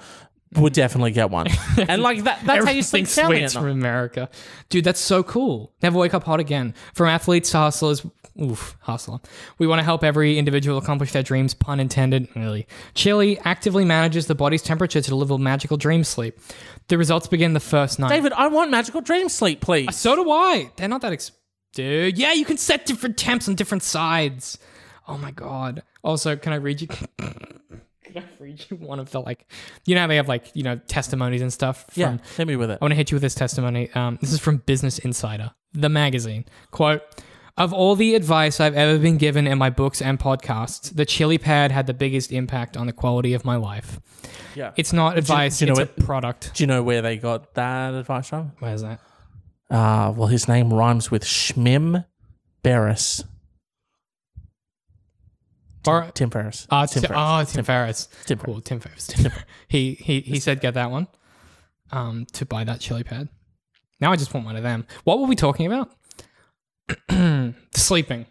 [SPEAKER 1] would definitely get one. and like that that's how you
[SPEAKER 2] Everything
[SPEAKER 1] sleep soundly
[SPEAKER 2] sweets
[SPEAKER 1] at night.
[SPEAKER 2] from America. Dude, that's so cool. Never wake up hot again. From athletes to hustlers, oof, hustler. We want to help every individual accomplish their dreams, pun intended, really. Chili actively manages the body's temperature to deliver magical dream sleep. The results begin the first night.
[SPEAKER 1] David, I want magical dream sleep, please.
[SPEAKER 2] so do I. They're not that ex- Dude, yeah, you can set different temps on different sides. Oh my god. Also, can I read you Can I read you one of the like you know how they have like, you know, testimonies and stuff from Oh,
[SPEAKER 1] yeah, hit me with it.
[SPEAKER 2] I want to hit you with this testimony. Um, this is from Business Insider, the magazine. Quote Of all the advice I've ever been given in my books and podcasts, the chili pad had the biggest impact on the quality of my life.
[SPEAKER 1] Yeah.
[SPEAKER 2] It's not advice,
[SPEAKER 1] do you know
[SPEAKER 2] it's a product.
[SPEAKER 1] Do you know where they got that advice from?
[SPEAKER 2] Where's that?
[SPEAKER 1] Uh, well, his name rhymes with Shmim Barris.
[SPEAKER 2] Bar-
[SPEAKER 1] Tim Ferriss. Uh,
[SPEAKER 2] Ah,
[SPEAKER 1] Tim
[SPEAKER 2] Tim,
[SPEAKER 1] Ferriss.
[SPEAKER 2] oh, Tim, Ferriss.
[SPEAKER 1] Tim
[SPEAKER 2] Cool, Tim Ferriss. Tim Ferriss. he he he said get that one. Um, to buy that chili pad. Now I just want one of them. What were we talking about? sleeping,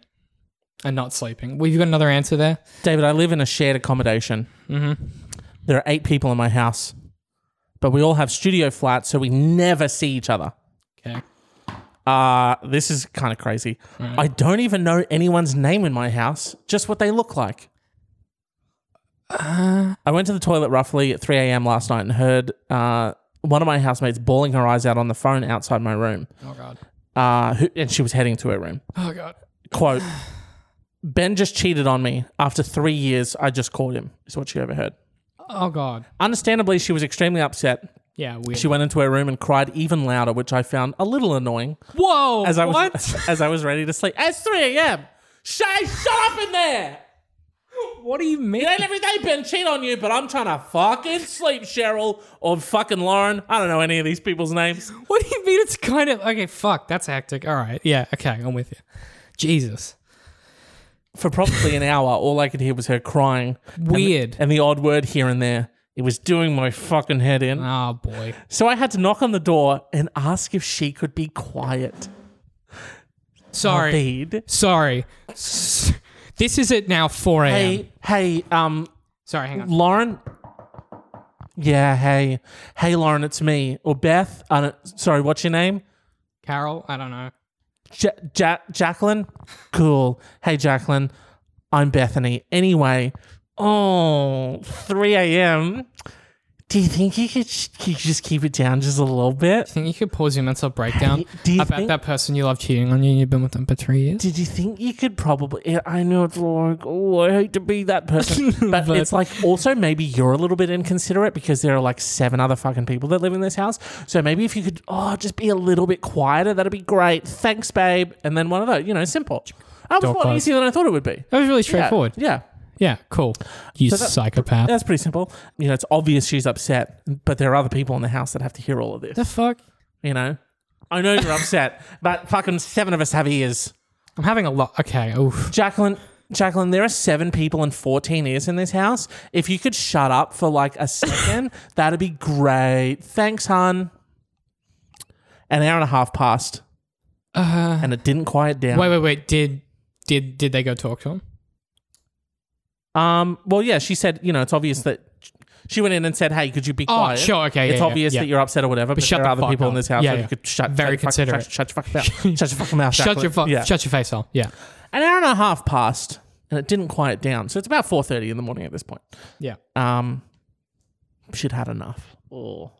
[SPEAKER 2] and not sleeping. We've got another answer there.
[SPEAKER 1] David, I live in a shared accommodation.
[SPEAKER 2] Mm-hmm.
[SPEAKER 1] There are eight people in my house, but we all have studio flats, so we never see each other.
[SPEAKER 2] Okay.
[SPEAKER 1] Uh, this is kind of crazy. I don't even know anyone's name in my house, just what they look like. I went to the toilet roughly at 3 a.m. last night and heard uh, one of my housemates bawling her eyes out on the phone outside my room,
[SPEAKER 2] Oh god.
[SPEAKER 1] uh, who, and she was heading to her room.
[SPEAKER 2] Oh god.
[SPEAKER 1] Quote, Ben just cheated on me. After three years, I just caught him, is what she overheard.
[SPEAKER 2] Oh god.
[SPEAKER 1] Understandably, she was extremely upset.
[SPEAKER 2] Yeah. Weird.
[SPEAKER 1] She went into her room and cried even louder, which I found a little annoying
[SPEAKER 2] Whoa.
[SPEAKER 1] as I was
[SPEAKER 2] what?
[SPEAKER 1] as I was ready to sleep. It's 3 a.m. Shay, shut up in there!
[SPEAKER 2] what do you mean?
[SPEAKER 1] Ain't every day Ben cheat on you, but I'm trying to fucking sleep, Cheryl or fucking Lauren. I don't know any of these people's names.
[SPEAKER 2] What do you mean? It's kind of okay. Fuck. That's hectic. All right. Yeah. Okay. I'm with you. Jesus.
[SPEAKER 1] For probably an hour, all I could hear was her crying
[SPEAKER 2] Weird.
[SPEAKER 1] and the odd word here and there. It was doing my fucking head in.
[SPEAKER 2] Oh boy.
[SPEAKER 1] So I had to knock on the door and ask if she could be quiet.
[SPEAKER 2] Sorry.
[SPEAKER 1] Indeed.
[SPEAKER 2] Sorry. S- This is it now 4 a.m.
[SPEAKER 1] Hey, hey, um,
[SPEAKER 2] Sorry, hang on.
[SPEAKER 1] Lauren. Yeah, hey, hey, Lauren, it's me or Beth. I don't, sorry, what's your name?
[SPEAKER 2] Carol, I don't know.
[SPEAKER 1] Ja- ja- Jacqueline? Cool. Hey, Jacqueline. I'm Bethany. Anyway, oh, 3 a.m. Do you think you could, sh- you could just keep it down just a little bit?
[SPEAKER 2] Think you could pause your mental breakdown
[SPEAKER 1] do you
[SPEAKER 2] about
[SPEAKER 1] think-
[SPEAKER 2] that person you love cheating on you and you've been with them for three years?
[SPEAKER 1] Did you think you could probably? yeah, I know it's like, oh, I hate to be that person, but,
[SPEAKER 2] But-
[SPEAKER 1] it's like also maybe you're a little bit inconsiderate because there are like seven other fucking people that live in this house. So maybe if you could, oh, just be a little bit quieter, that'd be great. Thanks, babe. And then one of those, you know, simple. That was
[SPEAKER 2] Door
[SPEAKER 1] a lot
[SPEAKER 2] closed.
[SPEAKER 1] easier than I thought it would be.
[SPEAKER 2] that was really
[SPEAKER 1] Yeah,
[SPEAKER 2] straightforward. Yeah,
[SPEAKER 1] Yeah.
[SPEAKER 2] cool. You
[SPEAKER 1] that-
[SPEAKER 2] psychopath.
[SPEAKER 1] That's pretty simple. You know, it's obvious she's upset, but there are other people in the house that have to hear all of this.
[SPEAKER 2] the fuck?
[SPEAKER 1] You know, I know you're upset, but fucking seven of us have ears.
[SPEAKER 2] I'm having a lot. Okay, oof.
[SPEAKER 1] Jacqueline, Jacqueline, there are seven people and 14 ears in this house. If you could shut up for like a second, that'd be great. Thanks, hon. An hour and a half passed
[SPEAKER 2] Uh,
[SPEAKER 1] and it didn't quiet down.
[SPEAKER 2] wait, wait, wait. Did did did they go talk to him?
[SPEAKER 1] Um, well, yeah, she said, you know, it's obvious that she went in and said, hey, could you be
[SPEAKER 2] Oh,
[SPEAKER 1] quiet?
[SPEAKER 2] sure, okay, yeah,
[SPEAKER 1] It's
[SPEAKER 2] yeah,
[SPEAKER 1] obvious
[SPEAKER 2] yeah.
[SPEAKER 1] that you're upset or whatever, but,
[SPEAKER 2] shut
[SPEAKER 1] there are other
[SPEAKER 2] the fuck
[SPEAKER 1] people in
[SPEAKER 2] up.
[SPEAKER 1] this house
[SPEAKER 2] Yeah,
[SPEAKER 1] that
[SPEAKER 2] yeah.
[SPEAKER 1] you could shut
[SPEAKER 2] Very
[SPEAKER 1] shut your fucking-
[SPEAKER 2] considerate.
[SPEAKER 1] Shut, shut your fucking mouth. shut your fucking mouth.
[SPEAKER 2] Shut your fuck.
[SPEAKER 1] Jacqueline. Yeah.
[SPEAKER 2] Shut your face off. Yeah,
[SPEAKER 1] An hour and a half passed and it didn't quiet down. So it's about 4.30 in the morning at this point.
[SPEAKER 2] yeah.
[SPEAKER 1] Um, she'd had enough. Oh.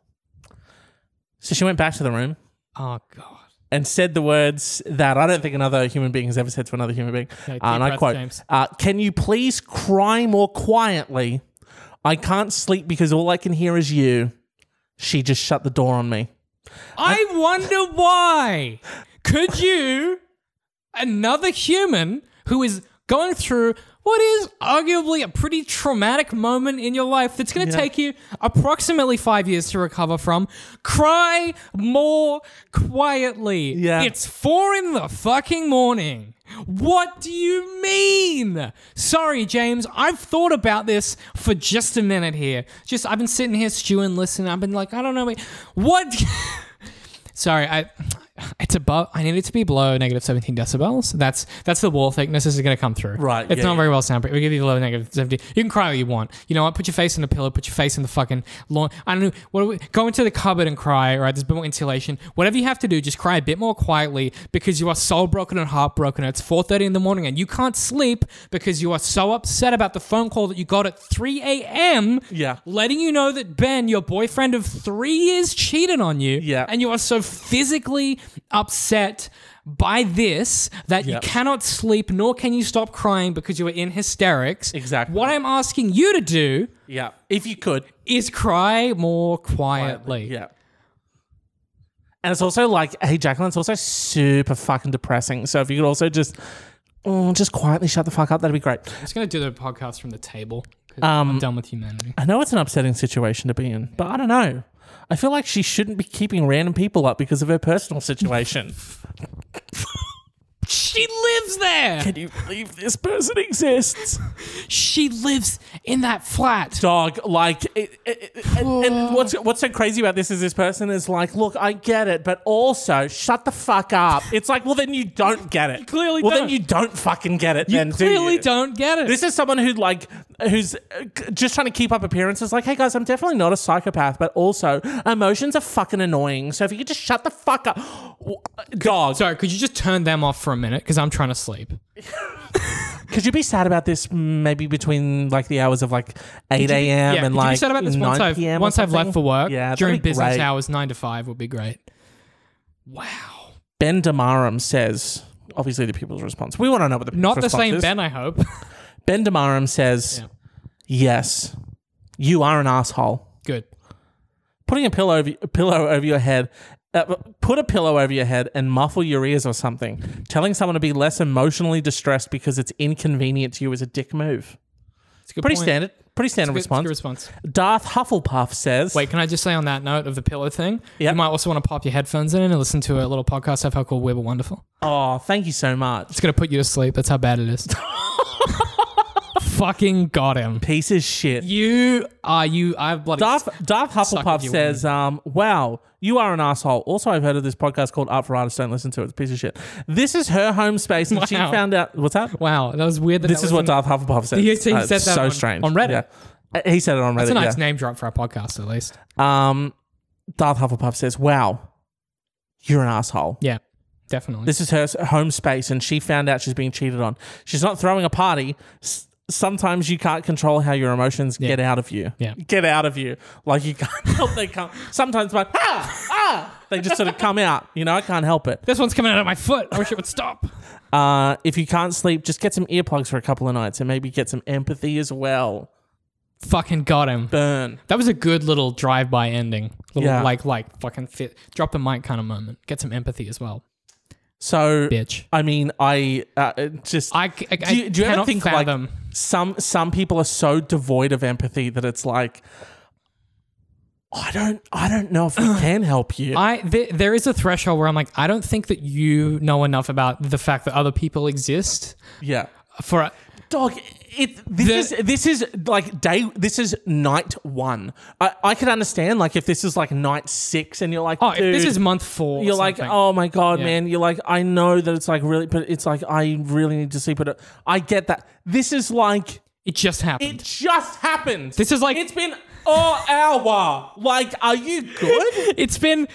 [SPEAKER 1] So she went back to the room
[SPEAKER 2] Oh god.
[SPEAKER 1] and said the words that I don't think another human being has ever said to another human being.
[SPEAKER 2] deep
[SPEAKER 1] and I
[SPEAKER 2] breath,
[SPEAKER 1] quote,
[SPEAKER 2] James.
[SPEAKER 1] uh, Can you please cry more quietly? I can't sleep because all I can hear is you. She just shut the door on me.
[SPEAKER 2] I wonder why. Could you, another human who is going through what is arguably a pretty traumatic moment in your life that's going to take you approximately five years to recover from, cry more quietly?
[SPEAKER 1] Yeah.
[SPEAKER 2] It's four in the fucking morning. What do you mean? Sorry, James. I've thought about this for just a minute here. Just, I've been sitting here stewing, listening. I've been like, I don't know. wait, What? Sorry, I it's above I need it to be below negative seventeen decibels. That's that's the wall thickness this is gonna come through.
[SPEAKER 1] Right,
[SPEAKER 2] It's
[SPEAKER 1] yeah,
[SPEAKER 2] not
[SPEAKER 1] yeah.
[SPEAKER 2] very well soundproof. We give you below negative seventeen. You can cry all you want. You know what? Put your face in the pillow, put your face in the fucking lawn. I don't know what do we, go into the cupboard and cry, right? There's a bit more insulation. Whatever you have to do, just cry a bit more quietly because you are soul broken and heartbroken. It's four thirty in the morning and you can't sleep because you are so upset about the phone call that you got at three AM
[SPEAKER 1] Yeah.
[SPEAKER 2] letting you know that Ben, your boyfriend of three years, cheated on you.
[SPEAKER 1] Yeah.
[SPEAKER 2] And you are so physically upset by this that
[SPEAKER 1] Yeah.
[SPEAKER 2] you cannot sleep nor can you stop crying because you are in hysterics.
[SPEAKER 1] Exactly.
[SPEAKER 2] What I'm asking you to do
[SPEAKER 1] Yeah. If you could.
[SPEAKER 2] is cry more quietly.
[SPEAKER 1] Yeah. And it's also like, hey, Jacqueline, it's also super fucking depressing. So if you could also just, mm, just quietly shut the fuck up, that'd be great.
[SPEAKER 2] I'm just gonna do the podcast from the table. 'cause
[SPEAKER 1] Um,
[SPEAKER 2] I'm done with humanity.
[SPEAKER 1] I know it's an upsetting situation to be in, but I don't know. I feel like she shouldn't be keeping random people up because of her personal situation.
[SPEAKER 2] She lives there.
[SPEAKER 1] Can you believe this person exists?
[SPEAKER 2] she lives in that flat.
[SPEAKER 1] Dog, like, it, it, it- and, and what's what's so crazy about this is this person is like, look, I get it, but also shut the fuck up. It's like, well, then you don't get it.
[SPEAKER 2] clearly
[SPEAKER 1] well,
[SPEAKER 2] don't.
[SPEAKER 1] then you don't fucking get it.
[SPEAKER 2] You
[SPEAKER 1] then, do
[SPEAKER 2] clearly
[SPEAKER 1] you?
[SPEAKER 2] don't get it.
[SPEAKER 1] This is someone who like who's uh, c- just trying to keep up appearances. Like, hey guys, I'm definitely not a psychopath, but also emotions are fucking annoying. So if you could just shut the fuck up, W- uh, dog.
[SPEAKER 2] Sorry, could you just turn them off for a minute? Because I'm trying to sleep.
[SPEAKER 1] could you be sad about this? Maybe between like the hours of like eight
[SPEAKER 2] Could you-
[SPEAKER 1] a.m.
[SPEAKER 2] yeah,
[SPEAKER 1] and
[SPEAKER 2] could you
[SPEAKER 1] like
[SPEAKER 2] be sad about this
[SPEAKER 1] 9
[SPEAKER 2] once I've,
[SPEAKER 1] PM or
[SPEAKER 2] once I've left for
[SPEAKER 1] something?
[SPEAKER 2] work
[SPEAKER 1] Yeah, that'd
[SPEAKER 2] during
[SPEAKER 1] be
[SPEAKER 2] business
[SPEAKER 1] great.
[SPEAKER 2] hours, nine to five would be great. Wow.
[SPEAKER 1] Ben Damarum says. Obviously, the people's response. We want to know what the
[SPEAKER 2] Not the
[SPEAKER 1] people's response
[SPEAKER 2] same
[SPEAKER 1] is.
[SPEAKER 2] Ben, I hope.
[SPEAKER 1] Ben Damarum says,
[SPEAKER 2] Yeah.
[SPEAKER 1] "Yes, you are an asshole."
[SPEAKER 2] Good.
[SPEAKER 1] putting a pillow over, a pillow over your head uh, put a pillow over your head and muffle your ears or something telling someone to be less emotionally distressed because it's inconvenient to you is a dick move
[SPEAKER 2] It's a good
[SPEAKER 1] pretty
[SPEAKER 2] point.
[SPEAKER 1] standard pretty
[SPEAKER 2] It's a
[SPEAKER 1] standard
[SPEAKER 2] good- it's a
[SPEAKER 1] response
[SPEAKER 2] good response.
[SPEAKER 1] darth hufflepuff says
[SPEAKER 2] Wait, can I just say on that note of the pillow thing,
[SPEAKER 1] Yep.
[SPEAKER 2] you might also want to pop your headphones in and listen to a little podcast I've had called We Were Wonderful.
[SPEAKER 1] oh thank you so much
[SPEAKER 2] It's going to put you to sleep. That's how bad it is. Fucking got him.
[SPEAKER 1] piece of shit
[SPEAKER 2] You are you. I've bloody.
[SPEAKER 1] Darth, Darth
[SPEAKER 2] Suck
[SPEAKER 1] Hufflepuff
[SPEAKER 2] if you
[SPEAKER 1] says, um, "Wow, you are an asshole." Also, I've heard of this podcast called Up for Artists. Don't listen to it; it's a piece of shit. This is her home space, and she
[SPEAKER 2] Wow.
[SPEAKER 1] found out what's that.
[SPEAKER 2] Wow, that was weird. That
[SPEAKER 1] This
[SPEAKER 2] that
[SPEAKER 1] is
[SPEAKER 2] was
[SPEAKER 1] what
[SPEAKER 2] in-
[SPEAKER 1] Darth Hufflepuff said. Uh,
[SPEAKER 2] He- he said
[SPEAKER 1] it's
[SPEAKER 2] that
[SPEAKER 1] so
[SPEAKER 2] on-
[SPEAKER 1] strange
[SPEAKER 2] on Reddit.
[SPEAKER 1] Yeah. Uh, He said it on Reddit.
[SPEAKER 2] That's a
[SPEAKER 1] yeah.
[SPEAKER 2] nice name drop for our podcast, at least.
[SPEAKER 1] Um, Darth Hufflepuff says, "Wow, you're an asshole."
[SPEAKER 2] Yeah, definitely.
[SPEAKER 1] This is her s- home space, and she found out she's being cheated on. She's not throwing a party. S- sometimes you can't control how your emotions get out of you.
[SPEAKER 2] Yeah.
[SPEAKER 1] get out of you. Like you can't help they come. Sometimes, like ah, ah, they just sort of come out. You know, I can't help it.
[SPEAKER 2] this one's coming out of my foot. I wish it would stop.
[SPEAKER 1] Uh, if you can't sleep, just get some earplugs for a couple of nights, and maybe get some empathy as well.
[SPEAKER 2] Fucking got him.
[SPEAKER 1] Burn.
[SPEAKER 2] That was a good little drive-by ending. Little
[SPEAKER 1] Yeah.
[SPEAKER 2] like like fucking fit, drop the mic kind of moment. Get some empathy as well,
[SPEAKER 1] So,
[SPEAKER 2] bitch.
[SPEAKER 1] I mean, I uh, it just
[SPEAKER 2] I, c- I- I
[SPEAKER 1] do you, do you ever
[SPEAKER 2] cannot
[SPEAKER 1] think
[SPEAKER 2] fathom.
[SPEAKER 1] like some some people are so devoid of empathy that it's like I don't I don't know if we can help you.
[SPEAKER 2] I th- there is a threshold where I'm like, I don't think that you know enough about the fact that other people exist
[SPEAKER 1] yeah.
[SPEAKER 2] for. A,
[SPEAKER 1] Dog, it this
[SPEAKER 2] The-
[SPEAKER 1] is this is like day this is night 1. I I can understand like if this is like night 6 and you're like
[SPEAKER 2] oh, if this
[SPEAKER 1] "Dude,
[SPEAKER 2] is month four, or
[SPEAKER 1] you're like,
[SPEAKER 2] something.
[SPEAKER 1] oh my god,
[SPEAKER 2] Yeah.
[SPEAKER 1] man. You're like, I know that it's like really, but it's like I really need to sleep. But uh, I get that. This is like
[SPEAKER 2] it just happened.
[SPEAKER 1] It just happened.
[SPEAKER 2] This is like-
[SPEAKER 1] it's been all hour. Like, are you good?
[SPEAKER 2] it's been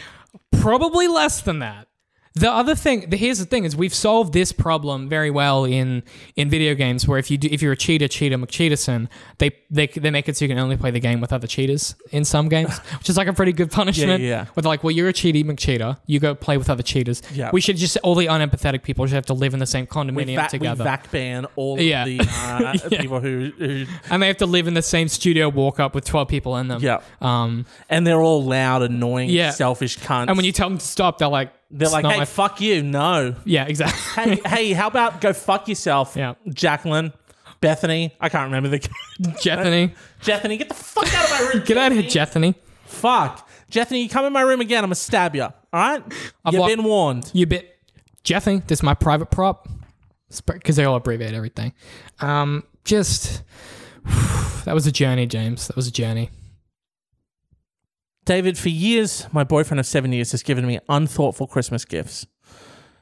[SPEAKER 2] probably less than that. The other thing, the, here's the thing: is we've solved this problem very well in in video games, where if you do, if you're a cheater, cheater, McCheaterson, they they they make it so you can only play the game with other cheaters in some games, which is like a pretty good punishment.
[SPEAKER 1] Yeah, yeah.
[SPEAKER 2] With like, well, you're a cheaty McCheater, you go play with other cheaters.
[SPEAKER 1] Yeah.
[SPEAKER 2] We should just all the unempathetic people should have to live in the same condominium
[SPEAKER 1] Vac- we
[SPEAKER 2] together,
[SPEAKER 1] vac ban all
[SPEAKER 2] Yeah.
[SPEAKER 1] of the uh, people who, who,
[SPEAKER 2] and they have to live in the same studio walk up with twelve people in them.
[SPEAKER 1] yeah,
[SPEAKER 2] Um,
[SPEAKER 1] and they're all loud, annoying,
[SPEAKER 2] Yeah.
[SPEAKER 1] selfish cunts.
[SPEAKER 2] and when you tell them to stop, they're like,
[SPEAKER 1] they're
[SPEAKER 2] "It's
[SPEAKER 1] like,
[SPEAKER 2] not
[SPEAKER 1] hey,
[SPEAKER 2] my f-"
[SPEAKER 1] fuck you, no.
[SPEAKER 2] yeah, exactly.
[SPEAKER 1] hey, hey, how about go fuck yourself,
[SPEAKER 2] Yeah.
[SPEAKER 1] Jacqueline, Bethany? I can't remember the
[SPEAKER 2] Jethany.
[SPEAKER 1] Jethany. Get the fuck out of my room.
[SPEAKER 2] Get out of here, Jethany.
[SPEAKER 1] Fuck, Jethany, you come in my room again. I'm gonna stab you. All right, you've
[SPEAKER 2] locked-
[SPEAKER 1] been warned.
[SPEAKER 2] You bit. Jethany, this is my private prop. Because they all abbreviate everything. Um, just. That was a journey, James. That was a journey.
[SPEAKER 1] David, for years, my boyfriend of seven years has given me unthoughtful Christmas gifts.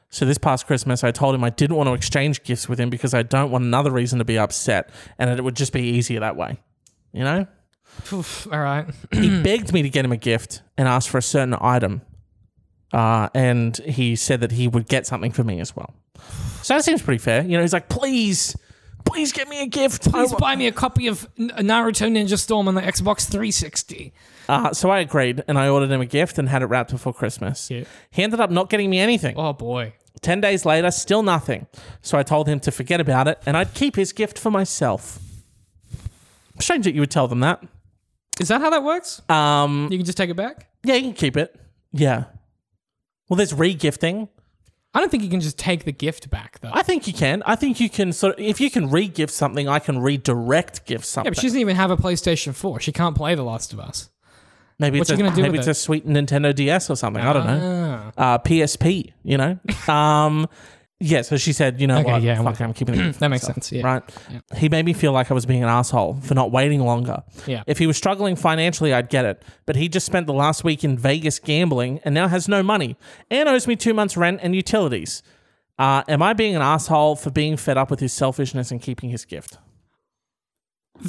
[SPEAKER 1] So this past Christmas, I told him I didn't want to exchange gifts with him because I don't want another reason to be upset and that it would just be easier that way. You know?
[SPEAKER 2] Oof, all right.
[SPEAKER 1] he begged me to get him a gift and asked for a certain item. Uh, and he said that he would get something for me as well. So that seems pretty fair. You know, he's like, please, please get me a gift. I
[SPEAKER 2] Please
[SPEAKER 1] wa-
[SPEAKER 2] buy me a copy of N- Naruto Ninja Storm on the Xbox 360.
[SPEAKER 1] Uh, so I agreed and I ordered him a gift and had it wrapped before Christmas.
[SPEAKER 2] Yeah.
[SPEAKER 1] He ended up not getting me anything.
[SPEAKER 2] Oh, boy.
[SPEAKER 1] 10 days later, still nothing. So I told him to forget about it and I'd keep his gift for myself. Strange that you would tell them that.
[SPEAKER 2] Is that how that works?
[SPEAKER 1] Um,
[SPEAKER 2] You can just take it back?
[SPEAKER 1] yeah, you can keep it. Yeah. Well, there's regifting.
[SPEAKER 2] I don't think you can just take the gift back though.
[SPEAKER 1] I think you can. I think you can sort of, if you can re-gift something, I can redirect gift
[SPEAKER 2] yeah,
[SPEAKER 1] something.
[SPEAKER 2] but she doesn't even have a PlayStation 4. She can't play The Last of Us.
[SPEAKER 1] maybe
[SPEAKER 2] what
[SPEAKER 1] it's
[SPEAKER 2] you
[SPEAKER 1] a,
[SPEAKER 2] gonna do
[SPEAKER 1] maybe
[SPEAKER 2] with
[SPEAKER 1] it's
[SPEAKER 2] it?
[SPEAKER 1] a sweet Nintendo DS or something. I don't know.
[SPEAKER 2] Ah.
[SPEAKER 1] Uh, PSP, you know. um, yeah. So she said, you know
[SPEAKER 2] Okay,
[SPEAKER 1] what?
[SPEAKER 2] yeah, I'm
[SPEAKER 1] Fuck, I'm keeping it.
[SPEAKER 2] That makes sense. Yeah.
[SPEAKER 1] Right. He made me feel like I was being an asshole for not waiting longer.
[SPEAKER 2] Yeah.
[SPEAKER 1] If he was struggling financially, I'd get it. But he just spent the last week in Vegas gambling and now has no money and owes me two months' rent and utilities. Uh, am I being an asshole for being fed up with his selfishness and keeping his gift?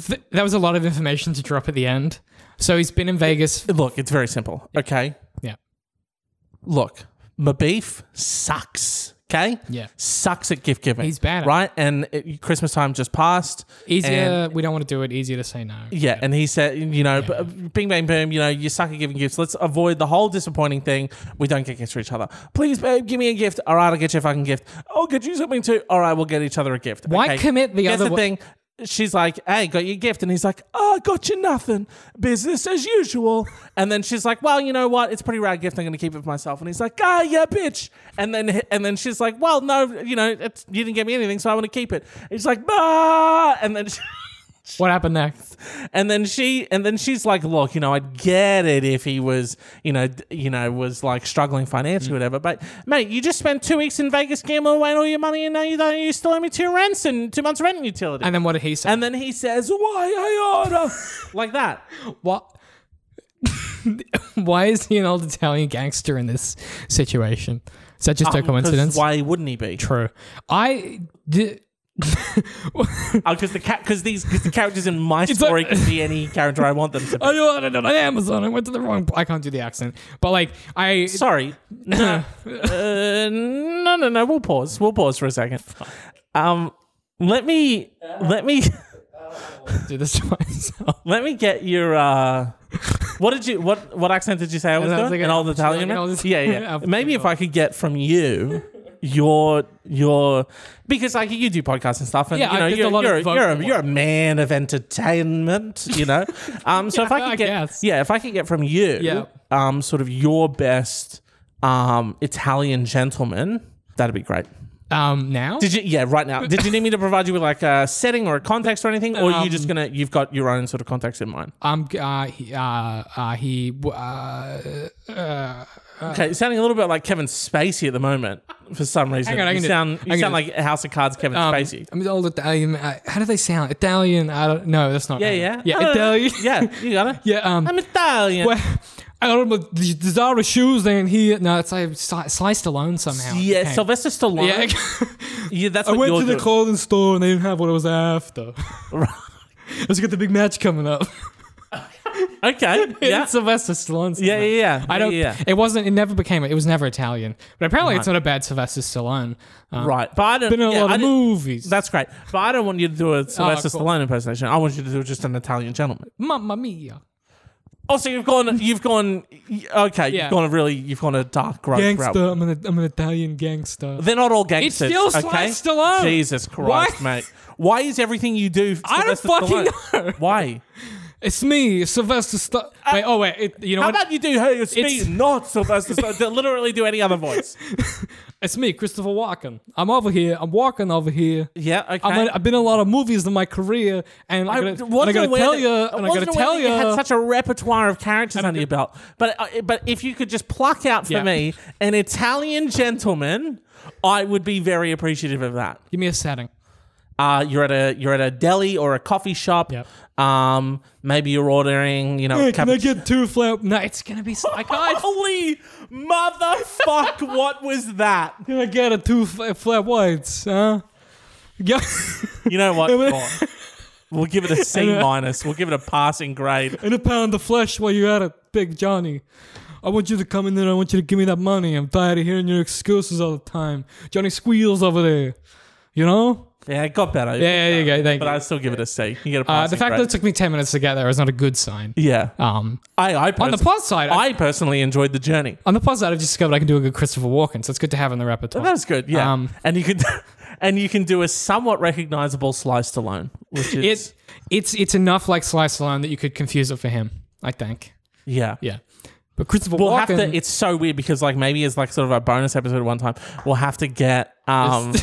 [SPEAKER 2] Th- that was a lot of information to drop at the end. So he's been in Vegas.
[SPEAKER 1] Look, it's very simple. Okay.
[SPEAKER 2] Yeah.
[SPEAKER 1] Look, my beef sucks. Okay.
[SPEAKER 2] Yeah.
[SPEAKER 1] Sucks at gift giving.
[SPEAKER 2] He's bad at it.
[SPEAKER 1] Right. And it, Christmas time just passed.
[SPEAKER 2] Easier.
[SPEAKER 1] and-
[SPEAKER 2] we don't want to do it. Easier to say no.
[SPEAKER 1] Yeah, and he said, you know, b- bing bang boom, you know, you suck at giving gifts. Let's avoid the whole disappointing thing. We don't get gifts for each other. Please, babe, give me a gift. All right, I'll get you a fucking gift. Oh, could you something too? All right, we'll get each other a gift.
[SPEAKER 2] Why commit the
[SPEAKER 1] Here's
[SPEAKER 2] other
[SPEAKER 1] the
[SPEAKER 2] wa-
[SPEAKER 1] thing. She's like, "Hey, got your gift," and he's like, "Oh, I got you nothing. Business as usual." And then she's like, "Well, you know what? It's a pretty rad gift. I'm going to keep it for myself." And he's like, "Ah, yeah, bitch." And then and then she's like, "Well, no, you know, it's, you didn't get me anything, so I want to keep it." He's like, "Bah!" And then. She,
[SPEAKER 2] What happened next?
[SPEAKER 1] and then she and then she's like look you know i'd get it if he was you know d- you know was like struggling financially
[SPEAKER 2] Mm.
[SPEAKER 1] or whatever but mate you just spent two weeks in vegas gambling away all your money and now you don't you still owe me two rents and two months rent and utility
[SPEAKER 2] And
[SPEAKER 1] and,
[SPEAKER 2] then what did he say?
[SPEAKER 1] then he says why i order like that
[SPEAKER 2] what? Why is he an old Italian gangster in this situation? Is that just a
[SPEAKER 1] Um, 'Cause
[SPEAKER 2] coincidence?
[SPEAKER 1] why wouldn't he be
[SPEAKER 2] True. I. Di-
[SPEAKER 1] because the cat because these Uh, cause the characters in my
[SPEAKER 2] like- Uh,
[SPEAKER 1] story can be any character i want them to be
[SPEAKER 2] I ordered it on Amazon. I went to the wrong. I can't do the accent, but like I.
[SPEAKER 1] sorry no. Uh, no no no we'll pause we'll pause for a second um let me let me
[SPEAKER 2] do this to myself.
[SPEAKER 1] Let me get your. Uh, what did you? What what accent did you say I was
[SPEAKER 2] I was
[SPEAKER 1] doing?
[SPEAKER 2] like
[SPEAKER 1] an
[SPEAKER 2] an
[SPEAKER 1] old
[SPEAKER 2] Alf-
[SPEAKER 1] Italian
[SPEAKER 2] like an
[SPEAKER 1] man.
[SPEAKER 2] old-
[SPEAKER 1] yeah, yeah.
[SPEAKER 2] Alf-
[SPEAKER 1] Maybe if I could get from you your your because like you do podcasts and stuff, and
[SPEAKER 2] Yeah,
[SPEAKER 1] you
[SPEAKER 2] I
[SPEAKER 1] know
[SPEAKER 2] get a
[SPEAKER 1] you're
[SPEAKER 2] lot of
[SPEAKER 1] you're,
[SPEAKER 2] vocal
[SPEAKER 1] you're, a,
[SPEAKER 2] work.
[SPEAKER 1] you're a man of entertainment, you know. Um, so if I
[SPEAKER 2] Yeah,
[SPEAKER 1] could
[SPEAKER 2] I
[SPEAKER 1] get
[SPEAKER 2] guess.
[SPEAKER 1] yeah, if I could get from you,
[SPEAKER 2] Yeah.
[SPEAKER 1] um, sort of your best um Italian gentleman, that'd be great.
[SPEAKER 2] Um. Now.
[SPEAKER 1] Did you? Yeah, right now. Did you need me to provide you with like a setting or a context or anything, or are you just gonna you've got your own sort of context in mind?
[SPEAKER 2] Um. Uh. He. Uh. uh he. w- Uh. uh
[SPEAKER 1] Okay, you're sounding a little bit like Kevin Spacey at the moment for some reason.
[SPEAKER 2] Hang on, I
[SPEAKER 1] you
[SPEAKER 2] can do-
[SPEAKER 1] sound,
[SPEAKER 2] I
[SPEAKER 1] you
[SPEAKER 2] can
[SPEAKER 1] sound
[SPEAKER 2] do-
[SPEAKER 1] like House of Cards Kevin
[SPEAKER 2] um,
[SPEAKER 1] Spacey.
[SPEAKER 2] I'm old Italian. Uh, how do they sound? Italian. I don't. No, that's not.
[SPEAKER 1] Yeah,
[SPEAKER 2] right.
[SPEAKER 1] yeah.
[SPEAKER 2] Yeah.
[SPEAKER 1] I don't know.
[SPEAKER 2] Italian.
[SPEAKER 1] Yeah, you got it.
[SPEAKER 2] Yeah. Um.
[SPEAKER 1] I'm Italian.
[SPEAKER 2] Well, I don't know. but The designer shoes and he. No, it's like sli- sliced alone somehow.
[SPEAKER 1] yeah,
[SPEAKER 2] Okay.
[SPEAKER 1] Sylvester Stallone.
[SPEAKER 2] Yeah.
[SPEAKER 1] Yeah, that's
[SPEAKER 2] I
[SPEAKER 1] what
[SPEAKER 2] went
[SPEAKER 1] you're
[SPEAKER 2] to the
[SPEAKER 1] doing.
[SPEAKER 2] clothing store and they didn't have what I was after. Let's get the big match coming up.
[SPEAKER 1] okay. Yeah.
[SPEAKER 2] it's Sylvester Stallone.
[SPEAKER 1] yeah, yeah,
[SPEAKER 2] somehow.
[SPEAKER 1] yeah.
[SPEAKER 2] I don't.
[SPEAKER 1] Yeah, yeah.
[SPEAKER 2] It wasn't. It never became. It was never Italian. But apparently, it's not a bad Sylvester Stallone. Um,
[SPEAKER 1] right, but I don't.
[SPEAKER 2] Been in a
[SPEAKER 1] yeah,
[SPEAKER 2] lot
[SPEAKER 1] I
[SPEAKER 2] of
[SPEAKER 1] didn't-
[SPEAKER 2] movies. Oh,
[SPEAKER 1] That's great, but I don't want you to do a Sylvester
[SPEAKER 2] cool.
[SPEAKER 1] Stallone impersonation. I want you to do just an Italian gentleman.
[SPEAKER 2] Mamma mia.
[SPEAKER 1] Also, you've gone, you've gone, y- okay,
[SPEAKER 2] Yeah.
[SPEAKER 1] you've gone a really, you've gone a dark road.
[SPEAKER 2] Gangster.
[SPEAKER 1] route.
[SPEAKER 2] I'm an, I'm an Italian gangster.
[SPEAKER 1] They're not all gangsters.
[SPEAKER 2] still
[SPEAKER 1] okay?
[SPEAKER 2] Sylvester Stallone.
[SPEAKER 1] Jesus Christ, mate. Why is everything you do?
[SPEAKER 2] I don't
[SPEAKER 1] Sylvester
[SPEAKER 2] fucking
[SPEAKER 1] Stallone?
[SPEAKER 2] know.
[SPEAKER 1] Why?
[SPEAKER 2] It's me, Sylvester Stallone. wait. Oh wait. It, you know
[SPEAKER 1] How
[SPEAKER 2] what?
[SPEAKER 1] about you do hey, it's me,
[SPEAKER 2] It's-
[SPEAKER 1] not Sylvester Stallone? Don't literally do any other voice.
[SPEAKER 2] it's me, Christopher Walken. I'm over here. I'm walking over here.
[SPEAKER 1] Yeah, okay.
[SPEAKER 2] I'm in- I've been in a lot of movies in my career, and I, am
[SPEAKER 1] wasn't
[SPEAKER 2] gotta, and I gotta
[SPEAKER 1] aware
[SPEAKER 2] tell
[SPEAKER 1] that-
[SPEAKER 2] you,
[SPEAKER 1] I
[SPEAKER 2] and I
[SPEAKER 1] wasn't
[SPEAKER 2] gotta
[SPEAKER 1] aware
[SPEAKER 2] tell
[SPEAKER 1] that
[SPEAKER 2] you,
[SPEAKER 1] had such a repertoire of characters under your belt. But uh, but if you could just pluck out for
[SPEAKER 2] Yeah.
[SPEAKER 1] me an Italian gentleman, I would be very appreciative of that.
[SPEAKER 2] give me a setting.
[SPEAKER 1] Uh, you're at a you're at a deli or a coffee shop.
[SPEAKER 2] Yep.
[SPEAKER 1] Um, maybe you're ordering, you know, a
[SPEAKER 2] Can I
[SPEAKER 1] cappuccino.
[SPEAKER 2] get two flap? No, it's gonna be. so- I can't.
[SPEAKER 1] Holy motherfuck! what was that?
[SPEAKER 2] Can I get a two fla- flat whites? Huh? Yeah.
[SPEAKER 1] You know what? Go on. We'll give it a C minus. We'll give it a passing grade.
[SPEAKER 2] and a pound of flesh while you're at it, Big Johnny. I want you to come in there. I want you to give me that money. I'm tired of hearing your excuses all the time. Johnny squeals over there. You know?
[SPEAKER 1] Yeah, it got better.
[SPEAKER 2] Yeah, yeah, you go. Thank
[SPEAKER 1] But I
[SPEAKER 2] you.
[SPEAKER 1] still give it a C. You get a
[SPEAKER 2] Uh,
[SPEAKER 1] passing
[SPEAKER 2] the fact
[SPEAKER 1] grade.
[SPEAKER 2] that it took me 10 minutes to get there is not a good sign.
[SPEAKER 1] yeah,
[SPEAKER 2] Um,
[SPEAKER 1] I, I
[SPEAKER 2] on the
[SPEAKER 1] perso-
[SPEAKER 2] plus side, I,
[SPEAKER 1] I personally enjoyed the journey.
[SPEAKER 2] on the plus side, I've just discovered I can do a good Christopher Walken, so it's good to have in the repertoire.
[SPEAKER 1] That was good. Yeah,
[SPEAKER 2] Um,
[SPEAKER 1] and you can and you can do a somewhat recognizable sliced alone, which is
[SPEAKER 2] It, it's it's enough like Slice Alone that you could confuse it for him. I think.
[SPEAKER 1] yeah.
[SPEAKER 2] Yeah. But Christopher
[SPEAKER 1] We'll
[SPEAKER 2] Walken.
[SPEAKER 1] have to. It's so weird because like maybe it's like sort of a bonus episode one time. We'll have to get um,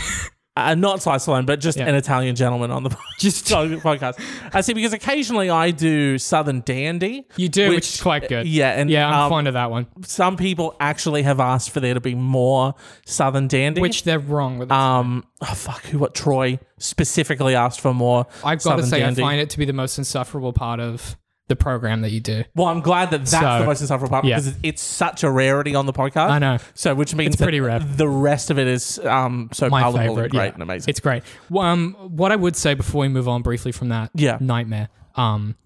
[SPEAKER 1] uh, not slice alone, but just
[SPEAKER 2] Yeah.
[SPEAKER 1] an Italian gentleman on the
[SPEAKER 2] Just-
[SPEAKER 1] podcast. I see because occasionally I do Southern Dandy.
[SPEAKER 2] you do, which, is quite good.
[SPEAKER 1] Yeah, and
[SPEAKER 2] yeah, I'm
[SPEAKER 1] um,
[SPEAKER 2] fond of that one.
[SPEAKER 1] some people actually have asked for there to be more Southern Dandy.
[SPEAKER 2] Which they're wrong with.
[SPEAKER 1] um, oh fuck, who? What? Troy specifically asked for more.
[SPEAKER 2] I've got to
[SPEAKER 1] Southern
[SPEAKER 2] say,
[SPEAKER 1] Dandy.
[SPEAKER 2] I find it to be the most insufferable part of the program that you do.
[SPEAKER 1] Well, I'm glad that that's
[SPEAKER 2] So,
[SPEAKER 1] the most insufferable part
[SPEAKER 2] yeah.
[SPEAKER 1] because it- it's such a rarity on the podcast.
[SPEAKER 2] I know.
[SPEAKER 1] So, which means
[SPEAKER 2] It's
[SPEAKER 1] that
[SPEAKER 2] pretty rare.
[SPEAKER 1] The rest of it is um so
[SPEAKER 2] My
[SPEAKER 1] palatable
[SPEAKER 2] favorite.
[SPEAKER 1] and great
[SPEAKER 2] yeah.
[SPEAKER 1] and amazing.
[SPEAKER 2] It's great. Well, um, what I would say before we move on briefly from that
[SPEAKER 1] Yeah.
[SPEAKER 2] nightmare. Um,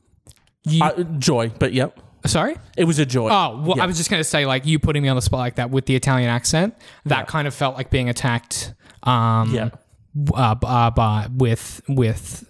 [SPEAKER 2] you,
[SPEAKER 1] uh, joy, but yep,
[SPEAKER 2] sorry?
[SPEAKER 1] it was a joy.
[SPEAKER 2] Oh, well, I was just going to say, like, you putting me on the spot like that with the Italian accent, that kind of felt like being attacked. Um,
[SPEAKER 1] Yeah.
[SPEAKER 2] w- Uh, b- uh, by, with, with,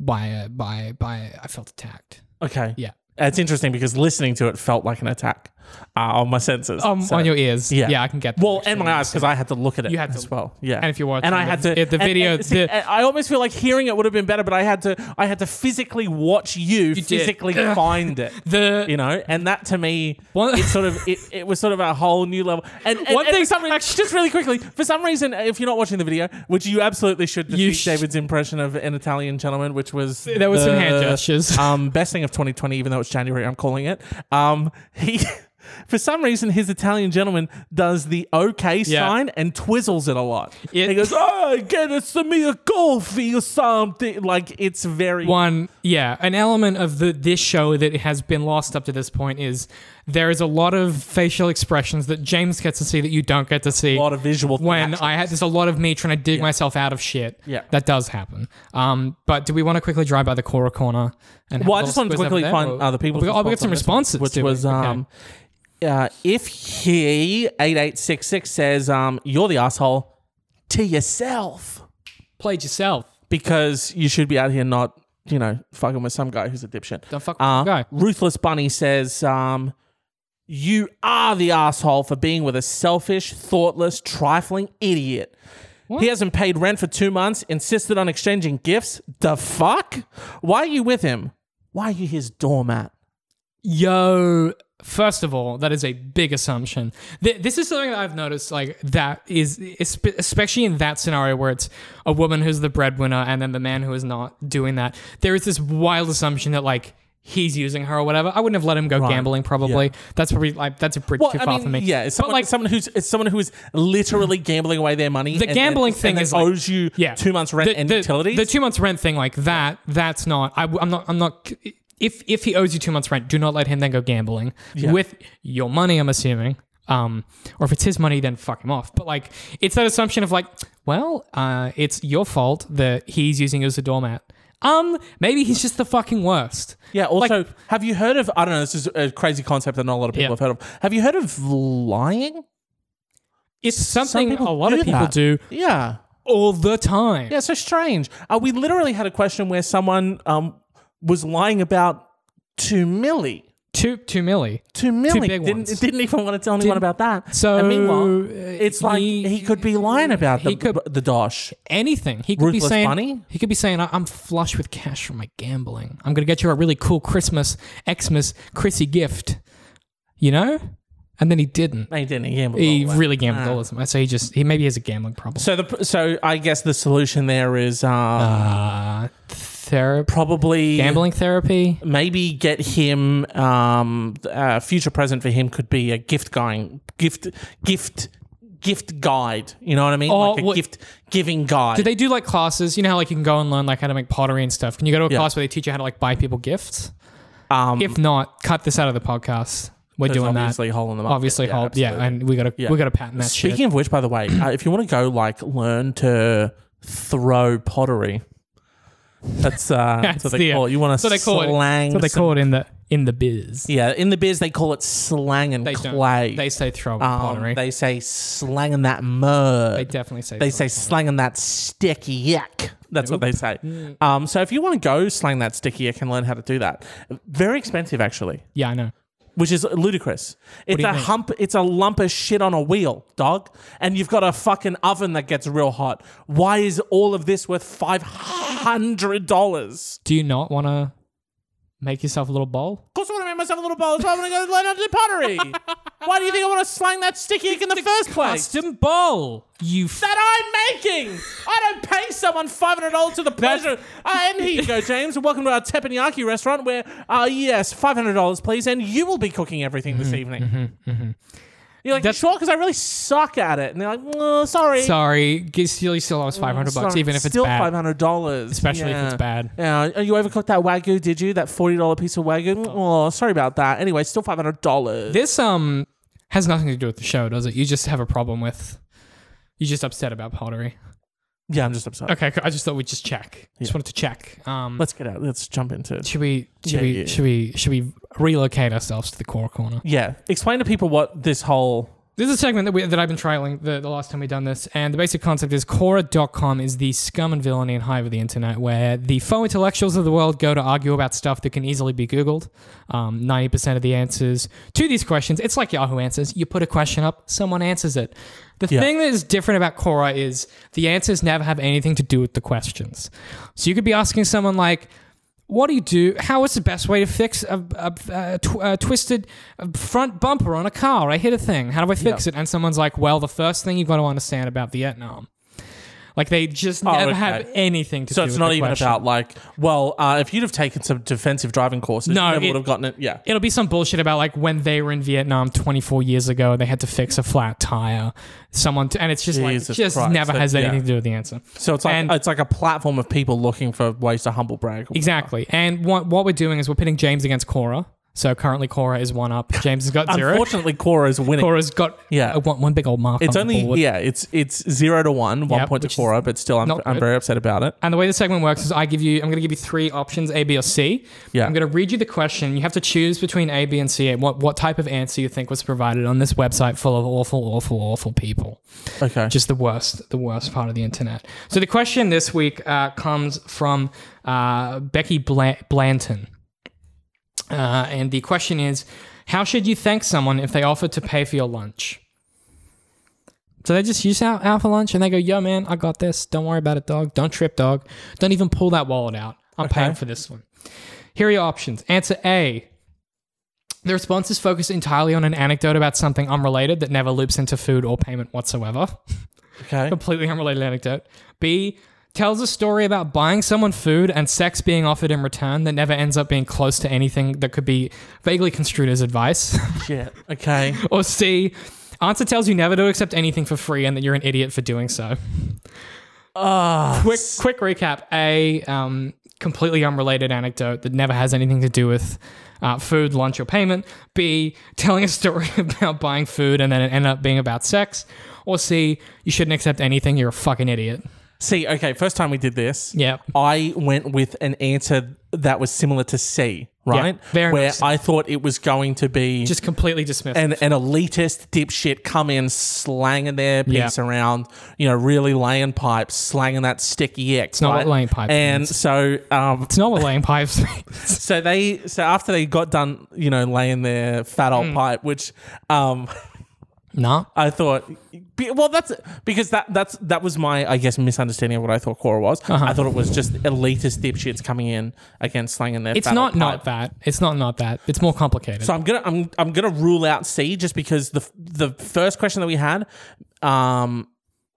[SPEAKER 2] by, uh, by, by, I felt attacked.
[SPEAKER 1] okay,
[SPEAKER 2] Yeah.
[SPEAKER 1] It's interesting because listening to it felt like an attack uh, on my senses.
[SPEAKER 2] Um,
[SPEAKER 1] So-
[SPEAKER 2] on your ears.
[SPEAKER 1] yeah.
[SPEAKER 2] Yeah. I can get that.
[SPEAKER 1] Well,
[SPEAKER 2] actually.
[SPEAKER 1] and my eyes because I had to look at it.
[SPEAKER 2] You had to-
[SPEAKER 1] as well. Yeah.
[SPEAKER 2] and if you're watching
[SPEAKER 1] and I
[SPEAKER 2] the-
[SPEAKER 1] had to
[SPEAKER 2] if the
[SPEAKER 1] and-
[SPEAKER 2] video-
[SPEAKER 1] and- see,
[SPEAKER 2] the-
[SPEAKER 1] and I almost feel like hearing it would have been better, but I had to. I had to physically watch you, physically find it.
[SPEAKER 2] The-
[SPEAKER 1] you know, and that to me,
[SPEAKER 2] One-
[SPEAKER 1] it sort of it, it was sort of a whole new level. And, and
[SPEAKER 2] One
[SPEAKER 1] and
[SPEAKER 2] thing-
[SPEAKER 1] for some reason, just really quickly, for some reason, if you're not watching the video, which you absolutely should, to
[SPEAKER 2] You
[SPEAKER 1] see
[SPEAKER 2] sh-
[SPEAKER 1] David's impression of an Italian gentleman, which was
[SPEAKER 2] There was some hand gestures.
[SPEAKER 1] um, best thing of 2020, even though it's January, I'm calling it. Um, he, for some reason, his Italian gentleman does the OK
[SPEAKER 2] Yeah.
[SPEAKER 1] sign and twizzles it a lot.
[SPEAKER 2] It-
[SPEAKER 1] he goes, "Oh, get us some me a coffee or something." Like it's very
[SPEAKER 2] one yeah an element of the this show that has been lost up to this point is there is a lot of facial expressions that james gets to see that you don't get to see
[SPEAKER 1] a lot of visual.
[SPEAKER 2] when
[SPEAKER 1] action.
[SPEAKER 2] i had there's a lot of me trying to dig myself out of shit
[SPEAKER 1] Yeah.
[SPEAKER 2] that does happen um but do we want to quickly drive by the Cora corner and have
[SPEAKER 1] well,
[SPEAKER 2] a
[SPEAKER 1] I
[SPEAKER 2] little
[SPEAKER 1] just wanted to
[SPEAKER 2] quiz over
[SPEAKER 1] quickly
[SPEAKER 2] there,
[SPEAKER 1] find
[SPEAKER 2] or-
[SPEAKER 1] other people.
[SPEAKER 2] we got, oh, we got some responses
[SPEAKER 1] which
[SPEAKER 2] to it.
[SPEAKER 1] was
[SPEAKER 2] Okay.
[SPEAKER 1] um, uh, if he eight eight six six says, um, "You're the asshole to yourself."
[SPEAKER 2] played yourself
[SPEAKER 1] because you should be out here not, you know, fucking with some guy who's a dipshit.
[SPEAKER 2] Don't fuck with
[SPEAKER 1] uh,
[SPEAKER 2] some guy.
[SPEAKER 1] Ruthless Bunny says, um, you are the asshole for being with a selfish, thoughtless, trifling idiot. He hasn't paid rent for two months, insisted on exchanging gifts. The fuck? Why are you with him? Why are you his doormat?
[SPEAKER 2] Yo, first of all, that is a big assumption. Th- this is something that I've noticed, like, that is, espe- especially in that scenario where it's a woman who's the breadwinner and then the man who is not doing that. There is this wild assumption that, like, he's using her or whatever. I wouldn't have let him go gambling, probably. That's probably, like, that's a bridge
[SPEAKER 1] Well,
[SPEAKER 2] too
[SPEAKER 1] I
[SPEAKER 2] far
[SPEAKER 1] mean,
[SPEAKER 2] for me.
[SPEAKER 1] yeah, it's
[SPEAKER 2] But,
[SPEAKER 1] someone, like someone who's it's someone who is literally gambling away their money.
[SPEAKER 2] the
[SPEAKER 1] and-
[SPEAKER 2] gambling
[SPEAKER 1] and-
[SPEAKER 2] thing
[SPEAKER 1] and
[SPEAKER 2] is like-
[SPEAKER 1] owes you
[SPEAKER 2] yeah.
[SPEAKER 1] two months rent
[SPEAKER 2] the,
[SPEAKER 1] and
[SPEAKER 2] the-
[SPEAKER 1] utilities.
[SPEAKER 2] The two months rent thing, like that, that's not. I, am not. I'm not. If if he owes you two months rent, do not let him then go gambling with your money. I'm assuming. Um, or if it's his money, then fuck him off. But like, it's that assumption of like, well, uh, it's your fault that he's using you as a doormat. Um, maybe he's just the fucking worst.
[SPEAKER 1] Yeah. Also,
[SPEAKER 2] Like-
[SPEAKER 1] have you heard of? I don't know. This is a crazy concept that not a lot of people
[SPEAKER 2] Yeah.
[SPEAKER 1] have heard of. Have you heard of lying?
[SPEAKER 2] It's
[SPEAKER 1] Some
[SPEAKER 2] something
[SPEAKER 1] people
[SPEAKER 2] a lot of
[SPEAKER 1] do
[SPEAKER 2] people
[SPEAKER 1] that.
[SPEAKER 2] do
[SPEAKER 1] Yeah.
[SPEAKER 2] all the time.
[SPEAKER 1] Yeah. So strange. Uh, we literally had a question where someone um, was lying about two milli.
[SPEAKER 2] Two two milli.
[SPEAKER 1] Two milli.
[SPEAKER 2] big
[SPEAKER 1] didn't,
[SPEAKER 2] ones.
[SPEAKER 1] didn't even want to tell anyone about that.
[SPEAKER 2] So,
[SPEAKER 1] and meanwhile,
[SPEAKER 2] uh,
[SPEAKER 1] it's like
[SPEAKER 2] he-
[SPEAKER 1] he, could be lying about the,
[SPEAKER 2] he could-
[SPEAKER 1] the dosh.
[SPEAKER 2] anything. He could be
[SPEAKER 1] Ruthless
[SPEAKER 2] saying
[SPEAKER 1] Bunny?
[SPEAKER 2] he could be saying "I- I'm flush with cash from my gambling. I'm gonna get you a really cool Christmas Xmas Chrissy gift, you know. And then he didn't.
[SPEAKER 1] No, he didn't. He gambled.
[SPEAKER 2] He
[SPEAKER 1] all that.
[SPEAKER 2] really gambled all his money. So he just he maybe has a gambling problem.
[SPEAKER 1] So the so I guess the solution there is um,
[SPEAKER 2] uh, therapy,
[SPEAKER 1] probably
[SPEAKER 2] gambling therapy.
[SPEAKER 1] maybe get him um a future present for him could be a gift guide gift gift gift guide you know what i mean
[SPEAKER 2] Oh,
[SPEAKER 1] like a
[SPEAKER 2] what-
[SPEAKER 1] gift giving guide
[SPEAKER 2] Do they do like classes? You know how like you can go and learn like how to make pottery and stuff. Can you go to a
[SPEAKER 1] Yeah.
[SPEAKER 2] class where they teach you how to like buy people gifts?
[SPEAKER 1] um
[SPEAKER 2] If not, cut this out of the podcast. We're doing that.
[SPEAKER 1] obviously hole in the market.
[SPEAKER 2] Obviously, yeah, yeah,
[SPEAKER 1] absolutely.
[SPEAKER 2] and we gotta we gotta patent that
[SPEAKER 1] speaking
[SPEAKER 2] shit.
[SPEAKER 1] of which by the way uh, if you want to go like learn to throw pottery that's uh that's what they
[SPEAKER 2] the, uh,
[SPEAKER 1] call it you want
[SPEAKER 2] that's
[SPEAKER 1] to
[SPEAKER 2] what they call it.
[SPEAKER 1] slang
[SPEAKER 2] That's what they
[SPEAKER 1] some-
[SPEAKER 2] call it in the in the biz.
[SPEAKER 1] yeah in the biz they call it slang and
[SPEAKER 2] They
[SPEAKER 1] clay
[SPEAKER 2] don't. They say throw and
[SPEAKER 1] Um,
[SPEAKER 2] pottery. They,
[SPEAKER 1] they say slang and that mud
[SPEAKER 2] definitely say.
[SPEAKER 1] They
[SPEAKER 2] throw
[SPEAKER 1] say
[SPEAKER 2] and
[SPEAKER 1] slang and that sticky yak. That's what they say. Um, so if you want to go slang that sticky yak and learn how to do that, very expensive actually,
[SPEAKER 2] pottery. Yeah, I know.
[SPEAKER 1] which is ludicrous. It's
[SPEAKER 2] do you
[SPEAKER 1] a
[SPEAKER 2] mean?
[SPEAKER 1] hump. It's a lump of shit on a wheel, dog. And you've got a fucking oven that gets real hot. Why is all of this worth five hundred dollars?
[SPEAKER 2] Do you not want to Make yourself a little bowl.
[SPEAKER 1] Of course, I want to make myself a little bowl. That's why I want to go learn how to do pottery. why do you think I want to slang that sticky ick in the, first place?
[SPEAKER 2] Custom bowl. You. F-
[SPEAKER 1] that I'm making. I don't pay someone five hundred dollars to the pleasure. Uh, and here you go, James. Welcome to our teppanyaki restaurant, where, uh, yes, five hundred dollars, please, and you will be cooking everything this evening. You're like,
[SPEAKER 2] Mm-hmm, That's-
[SPEAKER 1] sure, because I really suck at it, and they're like, "Mm, sorry,
[SPEAKER 2] sorry. g- Still, still lost Mm, five hundred bucks,
[SPEAKER 1] Sorry.
[SPEAKER 2] even if it's
[SPEAKER 1] still five
[SPEAKER 2] bad.
[SPEAKER 1] hundred dollars,
[SPEAKER 2] Especially if it's bad.
[SPEAKER 1] Yeah, Oh, you overcooked that wagyu, did you? That forty dollar piece of wagyu. Oh, sorry about that. Anyway, still five hundred dollars.
[SPEAKER 2] This um has nothing to do with the show, does it? You just have a problem with. You're just upset about pottery.
[SPEAKER 1] Yeah, I'm just upset.
[SPEAKER 2] Okay, cool. I just thought we'd just check. Just wanted to check. Um,
[SPEAKER 1] Let's get out. Let's jump into it.
[SPEAKER 2] should we should
[SPEAKER 1] Yeah,
[SPEAKER 2] we
[SPEAKER 1] yeah.
[SPEAKER 2] should we should we relocate ourselves to the core corner?
[SPEAKER 1] Yeah, explain to people what this whole
[SPEAKER 2] This is a segment that, we, that I've been trialing the, the last time we've done this, and the basic concept is Quora.com is the scum and villainy and hive of the internet, where the faux intellectuals of the world go to argue about stuff that can easily be Googled. Um, 90% of the answers to these questions, it's like Yahoo Answers. You put a question up, someone answers it. The
[SPEAKER 1] Yeah.
[SPEAKER 2] thing that is different about Quora is the answers never have anything to do with the questions. So you could be asking someone like, what do you do? How is the best way to fix a, a, a, tw- a twisted front bumper on a car? I hit a thing. How do I fix it? And someone's like, well, the first thing you've got to understand about Vietnam. Like they just never
[SPEAKER 1] Oh, okay.
[SPEAKER 2] have anything to
[SPEAKER 1] So
[SPEAKER 2] do
[SPEAKER 1] it's
[SPEAKER 2] with
[SPEAKER 1] not
[SPEAKER 2] the
[SPEAKER 1] even
[SPEAKER 2] question.
[SPEAKER 1] about like, well, uh, if you'd have taken some defensive driving courses,
[SPEAKER 2] No,
[SPEAKER 1] you never
[SPEAKER 2] it-
[SPEAKER 1] would have gotten it. Yeah.
[SPEAKER 2] It'll be some bullshit about like when they were in Vietnam 24 years ago, they had to fix a flat tire. Someone, t- and it's just
[SPEAKER 1] Jesus
[SPEAKER 2] like, just
[SPEAKER 1] Christ.
[SPEAKER 2] never
[SPEAKER 1] So,
[SPEAKER 2] has anything
[SPEAKER 1] yeah.
[SPEAKER 2] to do with the answer.
[SPEAKER 1] So it's like
[SPEAKER 2] And-
[SPEAKER 1] it's like a platform of people looking for ways to humble brag.
[SPEAKER 2] Exactly. And what, what we're doing is we're pitting James against Cora. So currently Cora is one up. James has got zero.
[SPEAKER 1] Unfortunately, Cora is winning.
[SPEAKER 2] Cora's got
[SPEAKER 1] Yeah.
[SPEAKER 2] uh, one, one big old mark.
[SPEAKER 1] it's
[SPEAKER 2] on the
[SPEAKER 1] only
[SPEAKER 2] board.
[SPEAKER 1] yeah, it's it's zero to one, one
[SPEAKER 2] Yep,
[SPEAKER 1] point to
[SPEAKER 2] which is
[SPEAKER 1] Cora, but still, I'm
[SPEAKER 2] not
[SPEAKER 1] I'm
[SPEAKER 2] good.
[SPEAKER 1] very upset about it.
[SPEAKER 2] And the way the segment works is I give you, I'm going to give you three options, A, B, or C.
[SPEAKER 1] Yeah.
[SPEAKER 2] I'm going to read you the question. You have to choose between A, B, and C and what, what type of answer you think was provided on this website full of awful, awful, awful people.
[SPEAKER 1] Okay.
[SPEAKER 2] Just the worst, the worst part of the internet. So the question this week uh, comes from uh, Becky Bla- Blanton. Uh, and the question is, how should you thank someone if they offer to pay for your lunch? So they just use out, out for lunch and they go, yo, man, I got this. Don't worry about it, dog. Don't trip, dog. Don't even pull that wallet out. I'm paying for this one. Here are your options. Answer A. The response is focused entirely on an anecdote about something unrelated that never loops into food or payment whatsoever.
[SPEAKER 1] okay.
[SPEAKER 2] Completely unrelated anecdote. B. Tells a story about buying someone food and sex being offered in return that never ends up being close to anything that could be vaguely construed as advice.
[SPEAKER 1] Shit. Okay.
[SPEAKER 2] Or C, answer tells you never to accept anything for free and that you're an idiot for doing so.
[SPEAKER 1] Ah.
[SPEAKER 2] Quick, quick recap: A um, completely unrelated anecdote that never has anything to do with uh, food, lunch, or payment. B, telling a story about buying food and then it ended up being about sex. Or C, you shouldn't accept anything. You're a fucking idiot.
[SPEAKER 1] see. Okay. First time we did this.
[SPEAKER 2] Yep.
[SPEAKER 1] I went with an answer that was similar to C. Right.
[SPEAKER 2] very
[SPEAKER 1] Where
[SPEAKER 2] much.
[SPEAKER 1] I thought it was going to be
[SPEAKER 2] Just completely dismiss.
[SPEAKER 1] an, an elitist dipshit come in slanging their piece
[SPEAKER 2] Yeah.
[SPEAKER 1] around, you know, really laying pipes, slanging that sticky X. It's
[SPEAKER 2] not what laying pipes
[SPEAKER 1] And
[SPEAKER 2] means.
[SPEAKER 1] so, um,
[SPEAKER 2] it's not what laying pipes.
[SPEAKER 1] so they, so after they got done, you know, laying their fat
[SPEAKER 2] Mm.
[SPEAKER 1] old pipe, which, um,
[SPEAKER 2] no.
[SPEAKER 1] I thought, be- well, that's because that that's that was my I guess misunderstanding of what I thought Quora was.
[SPEAKER 2] Uh-huh.
[SPEAKER 1] I thought it was just elitist dipshits coming in against slanging their.
[SPEAKER 2] It's
[SPEAKER 1] fat old
[SPEAKER 2] not
[SPEAKER 1] pipe.
[SPEAKER 2] not that. It's not not that. It's more complicated.
[SPEAKER 1] So I'm gonna I'm I'm gonna rule out C just because the the first question that we had, um,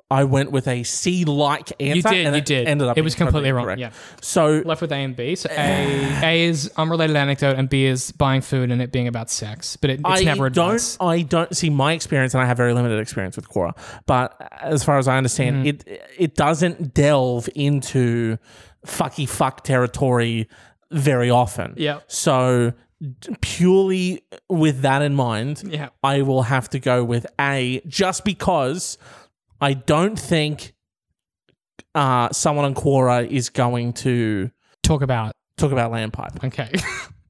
[SPEAKER 1] I went with a C like
[SPEAKER 2] you
[SPEAKER 1] answer.
[SPEAKER 2] did.
[SPEAKER 1] and
[SPEAKER 2] you did.
[SPEAKER 1] Ended up
[SPEAKER 2] it was
[SPEAKER 1] being
[SPEAKER 2] completely wrong.
[SPEAKER 1] correct.
[SPEAKER 2] Yeah.
[SPEAKER 1] So
[SPEAKER 2] left with A and B. So A A is unrelated anecdote, and B is buying food and it being about sex. But it, it's
[SPEAKER 1] I
[SPEAKER 2] never advice.
[SPEAKER 1] don't I don't see my experience, and I have very limited experience with Quora. But as far as I understand,
[SPEAKER 2] Mm-hmm.
[SPEAKER 1] it it doesn't delve into fucky fuck territory very often.
[SPEAKER 2] Yeah.
[SPEAKER 1] So d- purely with that in mind,
[SPEAKER 2] Yeah.
[SPEAKER 1] I will have to go with A just because I don't think uh, someone on Quora is going to
[SPEAKER 2] talk about.
[SPEAKER 1] talk about land pipe.
[SPEAKER 2] Okay.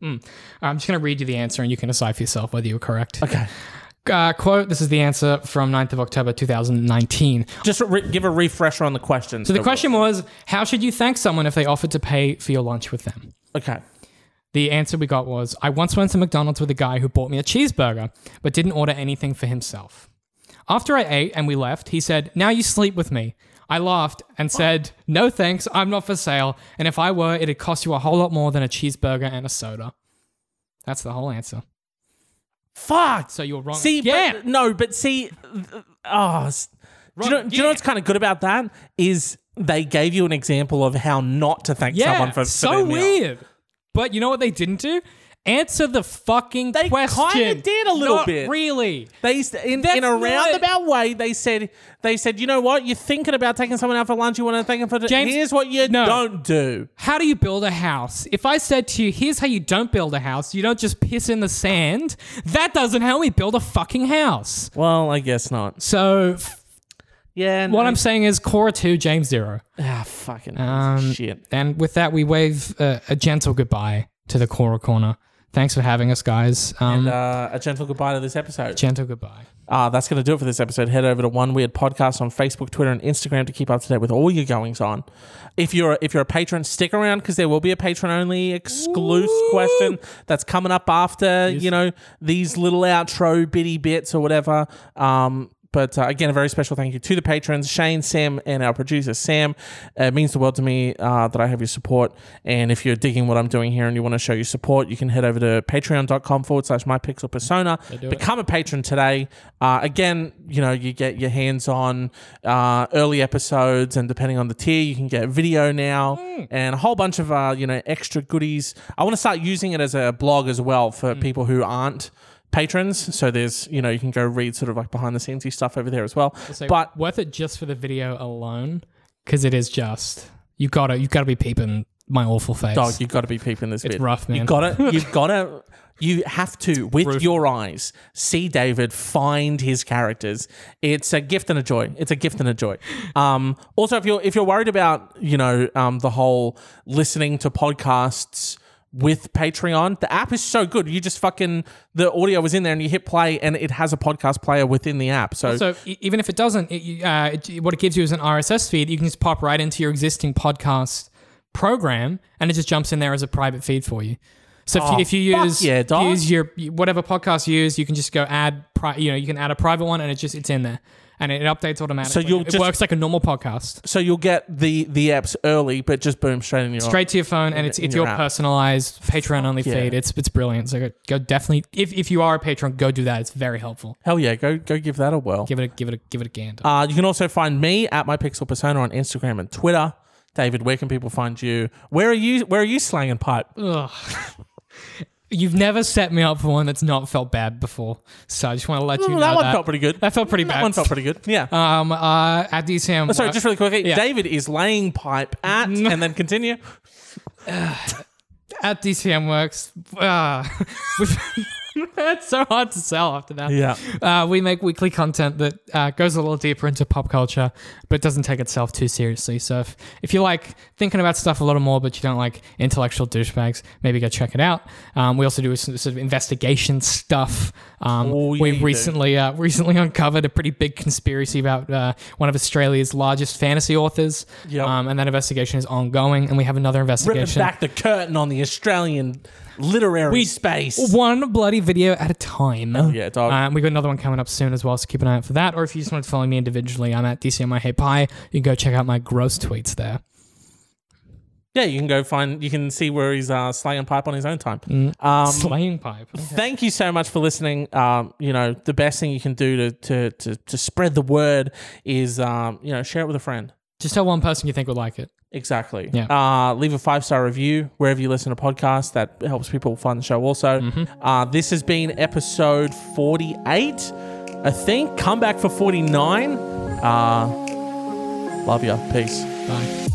[SPEAKER 2] Mm. I'm just going to read you the answer, and you can decide for yourself whether you were correct.
[SPEAKER 1] Okay.
[SPEAKER 2] Uh, quote: This is the answer from 9th of October 2019.
[SPEAKER 1] Just re- give a refresher on the question.
[SPEAKER 2] So the question was, how should you thank someone if they offered to pay for your lunch with them?
[SPEAKER 1] Okay.
[SPEAKER 2] The answer we got was I once went to McDonald's with a guy who bought me a cheeseburger, but didn't order anything for himself. After I ate and we left, he said, Now you sleep with me. I laughed and said, No thanks, I'm not for sale. And if I were, it'd cost you a whole lot more than a cheeseburger and a soda. That's the whole answer.
[SPEAKER 1] Fuck.
[SPEAKER 2] So you're wrong.
[SPEAKER 1] See,
[SPEAKER 2] yeah.
[SPEAKER 1] but, no, but see, th- oh, s- do, you know,
[SPEAKER 2] Right,
[SPEAKER 1] do you know
[SPEAKER 2] yeah.
[SPEAKER 1] what's kind of good about that is they gave you an example of how not to thank
[SPEAKER 2] yeah.
[SPEAKER 1] someone for for
[SPEAKER 2] so
[SPEAKER 1] their meal.
[SPEAKER 2] weird. But you know what they didn't do? Answer the fucking
[SPEAKER 1] They kinda
[SPEAKER 2] question.
[SPEAKER 1] did a little
[SPEAKER 2] Not
[SPEAKER 1] bit.
[SPEAKER 2] Really?
[SPEAKER 1] They s- in,
[SPEAKER 2] That's
[SPEAKER 1] in a
[SPEAKER 2] not-
[SPEAKER 1] roundabout way they said they said you know what you're thinking about taking someone out for lunch you want to thank them for the
[SPEAKER 2] James,
[SPEAKER 1] here's what you
[SPEAKER 2] no.
[SPEAKER 1] don't do
[SPEAKER 2] How do you build a house? If I said to you, here's how you don't build a house, you don't just piss in the sand, that doesn't help me build a fucking house.
[SPEAKER 1] well I guess not
[SPEAKER 2] So f-
[SPEAKER 1] yeah
[SPEAKER 2] what I'm saying is Cora 2, James 0.
[SPEAKER 1] ah fucking
[SPEAKER 2] Um,
[SPEAKER 1] shit
[SPEAKER 2] And with that, we wave uh, a gentle goodbye to the Cora Corner. Thanks for having us, guys. Um,
[SPEAKER 1] uh, a gentle goodbye to this episode.
[SPEAKER 2] gentle goodbye.
[SPEAKER 1] Uh, that's going to do it for this episode. Head over to One Weird Podcast on Facebook, Twitter, and Instagram to keep up to date with all your goings on. If you're if you're a patron, stick around because there will be a patron only exclusive question that's coming up after you know these little outro bitty bits or whatever. Um, but uh, again, a very special thank you to the patrons, Shane, Sam, and our producer, Sam. Uh, It means the world to me uh, that I have your support. And if you're digging what I'm doing here and you want to show your support, you can head over to patreon.com forward slash my pixel persona. Become a patron today. Uh, again, you know, you get your hands on uh, early episodes, and depending on the tier, you can get video now and a whole bunch of, uh, you know, extra goodies. I want to start using it as a blog as well for people who aren't patrons. So there's, you know, you can go read sort of like behind the scenes stuff over there as well.
[SPEAKER 2] So
[SPEAKER 1] But
[SPEAKER 2] worth it just for the video alone, because it is just you gotta you gotta be peeping my awful face.
[SPEAKER 1] dog, you've got to Oh, be peeping this bit.
[SPEAKER 2] rough, man.
[SPEAKER 1] You got to You've got to. You have to, with your eyes, see David find his characters. It's a gift and a joy. It's a gift and a joy. Um, also, if you're if you're worried about you know um, the whole listening to podcasts with Patreon, the app is so good. You just fucking the audio was in there and you hit play and it has a podcast player within the app. So,
[SPEAKER 2] so e- even if it doesn't, it, you- uh, it- what it gives you is an RSS feed. You can just pop right into your existing podcast program, and it just jumps in there as a private feed for you. So if,
[SPEAKER 1] Oh,
[SPEAKER 2] you, if you
[SPEAKER 1] fuck
[SPEAKER 2] use
[SPEAKER 1] yeah,
[SPEAKER 2] if you
[SPEAKER 1] dog.
[SPEAKER 2] use your you- whatever podcast you use, you can just go add pri- you know you can add a private one, and it just it's in there, and it, it updates automatically.
[SPEAKER 1] you'll
[SPEAKER 2] it
[SPEAKER 1] just-
[SPEAKER 2] works like a normal podcast,
[SPEAKER 1] so you'll get the the apps early, but just boom straight in your
[SPEAKER 2] straight to your phone, and it's
[SPEAKER 1] Oh. in
[SPEAKER 2] it's
[SPEAKER 1] your
[SPEAKER 2] your,
[SPEAKER 1] app.
[SPEAKER 2] personalized Patreon only
[SPEAKER 1] yeah.
[SPEAKER 2] feed. It's it's brilliant. So go, go definitely if if you are a patron, go do that. It's very helpful.
[SPEAKER 1] Hell yeah, go go give that a whirl.
[SPEAKER 2] Give it a give it a give it a gander.
[SPEAKER 1] Uh, you can also find me at my pixel persona on Instagram and Twitter. David, where can people find you? Where are you? Where are you slanging pipe?
[SPEAKER 2] You've never set me up for one that's not felt bad before, so I just want to let you
[SPEAKER 1] Ooh,
[SPEAKER 2] know
[SPEAKER 1] that one
[SPEAKER 2] that.
[SPEAKER 1] felt pretty good.
[SPEAKER 2] That felt pretty
[SPEAKER 1] that
[SPEAKER 2] bad.
[SPEAKER 1] one felt pretty good. Yeah.
[SPEAKER 2] um, uh, at DCM.
[SPEAKER 1] Sorry,
[SPEAKER 2] uh,
[SPEAKER 1] just really quickly.
[SPEAKER 2] yeah.
[SPEAKER 1] David is laying pipe at, and then continue.
[SPEAKER 2] at DCM works. Uh, we've- that's so hard to sell after that.
[SPEAKER 1] Yeah.
[SPEAKER 2] Uh, we make weekly content that uh, goes a little deeper into pop culture, but doesn't take itself too seriously. So if, if you like thinking about stuff a little more, but you don't like intellectual douchebags, maybe go check it out. Um, we also do some sort of investigation stuff. Um,
[SPEAKER 1] Oh, yeah,
[SPEAKER 2] we
[SPEAKER 1] you do.
[SPEAKER 2] recently uh, recently uncovered a pretty big conspiracy about uh, one of Australia's largest fantasy authors.
[SPEAKER 1] Yep.
[SPEAKER 2] Um, and that investigation is ongoing, and we have another
[SPEAKER 1] Ripping
[SPEAKER 2] investigation.
[SPEAKER 1] back the curtain on the Australian literary space.
[SPEAKER 2] One bloody video at a time.
[SPEAKER 1] yeah, dog.
[SPEAKER 2] Um, we've got another one coming up soon as well, so keep an eye out for that. Or if you just want to follow me individually, I'm at DCMI Hey Pie. You can go check out my gross tweets there.
[SPEAKER 1] yeah, you can go find. You can see where he's uh, slanging pipe on his own time.
[SPEAKER 2] Mm.
[SPEAKER 1] Um,
[SPEAKER 2] Slaying Pipe.
[SPEAKER 1] thank you so much for listening. Um, you know, the best thing you can do to to to, to spread the word is um, you know share it with a friend.
[SPEAKER 2] Just tell one person you think would like it.
[SPEAKER 1] Exactly.
[SPEAKER 2] Yeah.
[SPEAKER 1] Uh, leave a five star review wherever you listen to podcasts. That helps people find the show. Also, uh, this has been episode forty eight. I think. Come back for forty nine. Uh, love you. Peace.
[SPEAKER 2] Bye.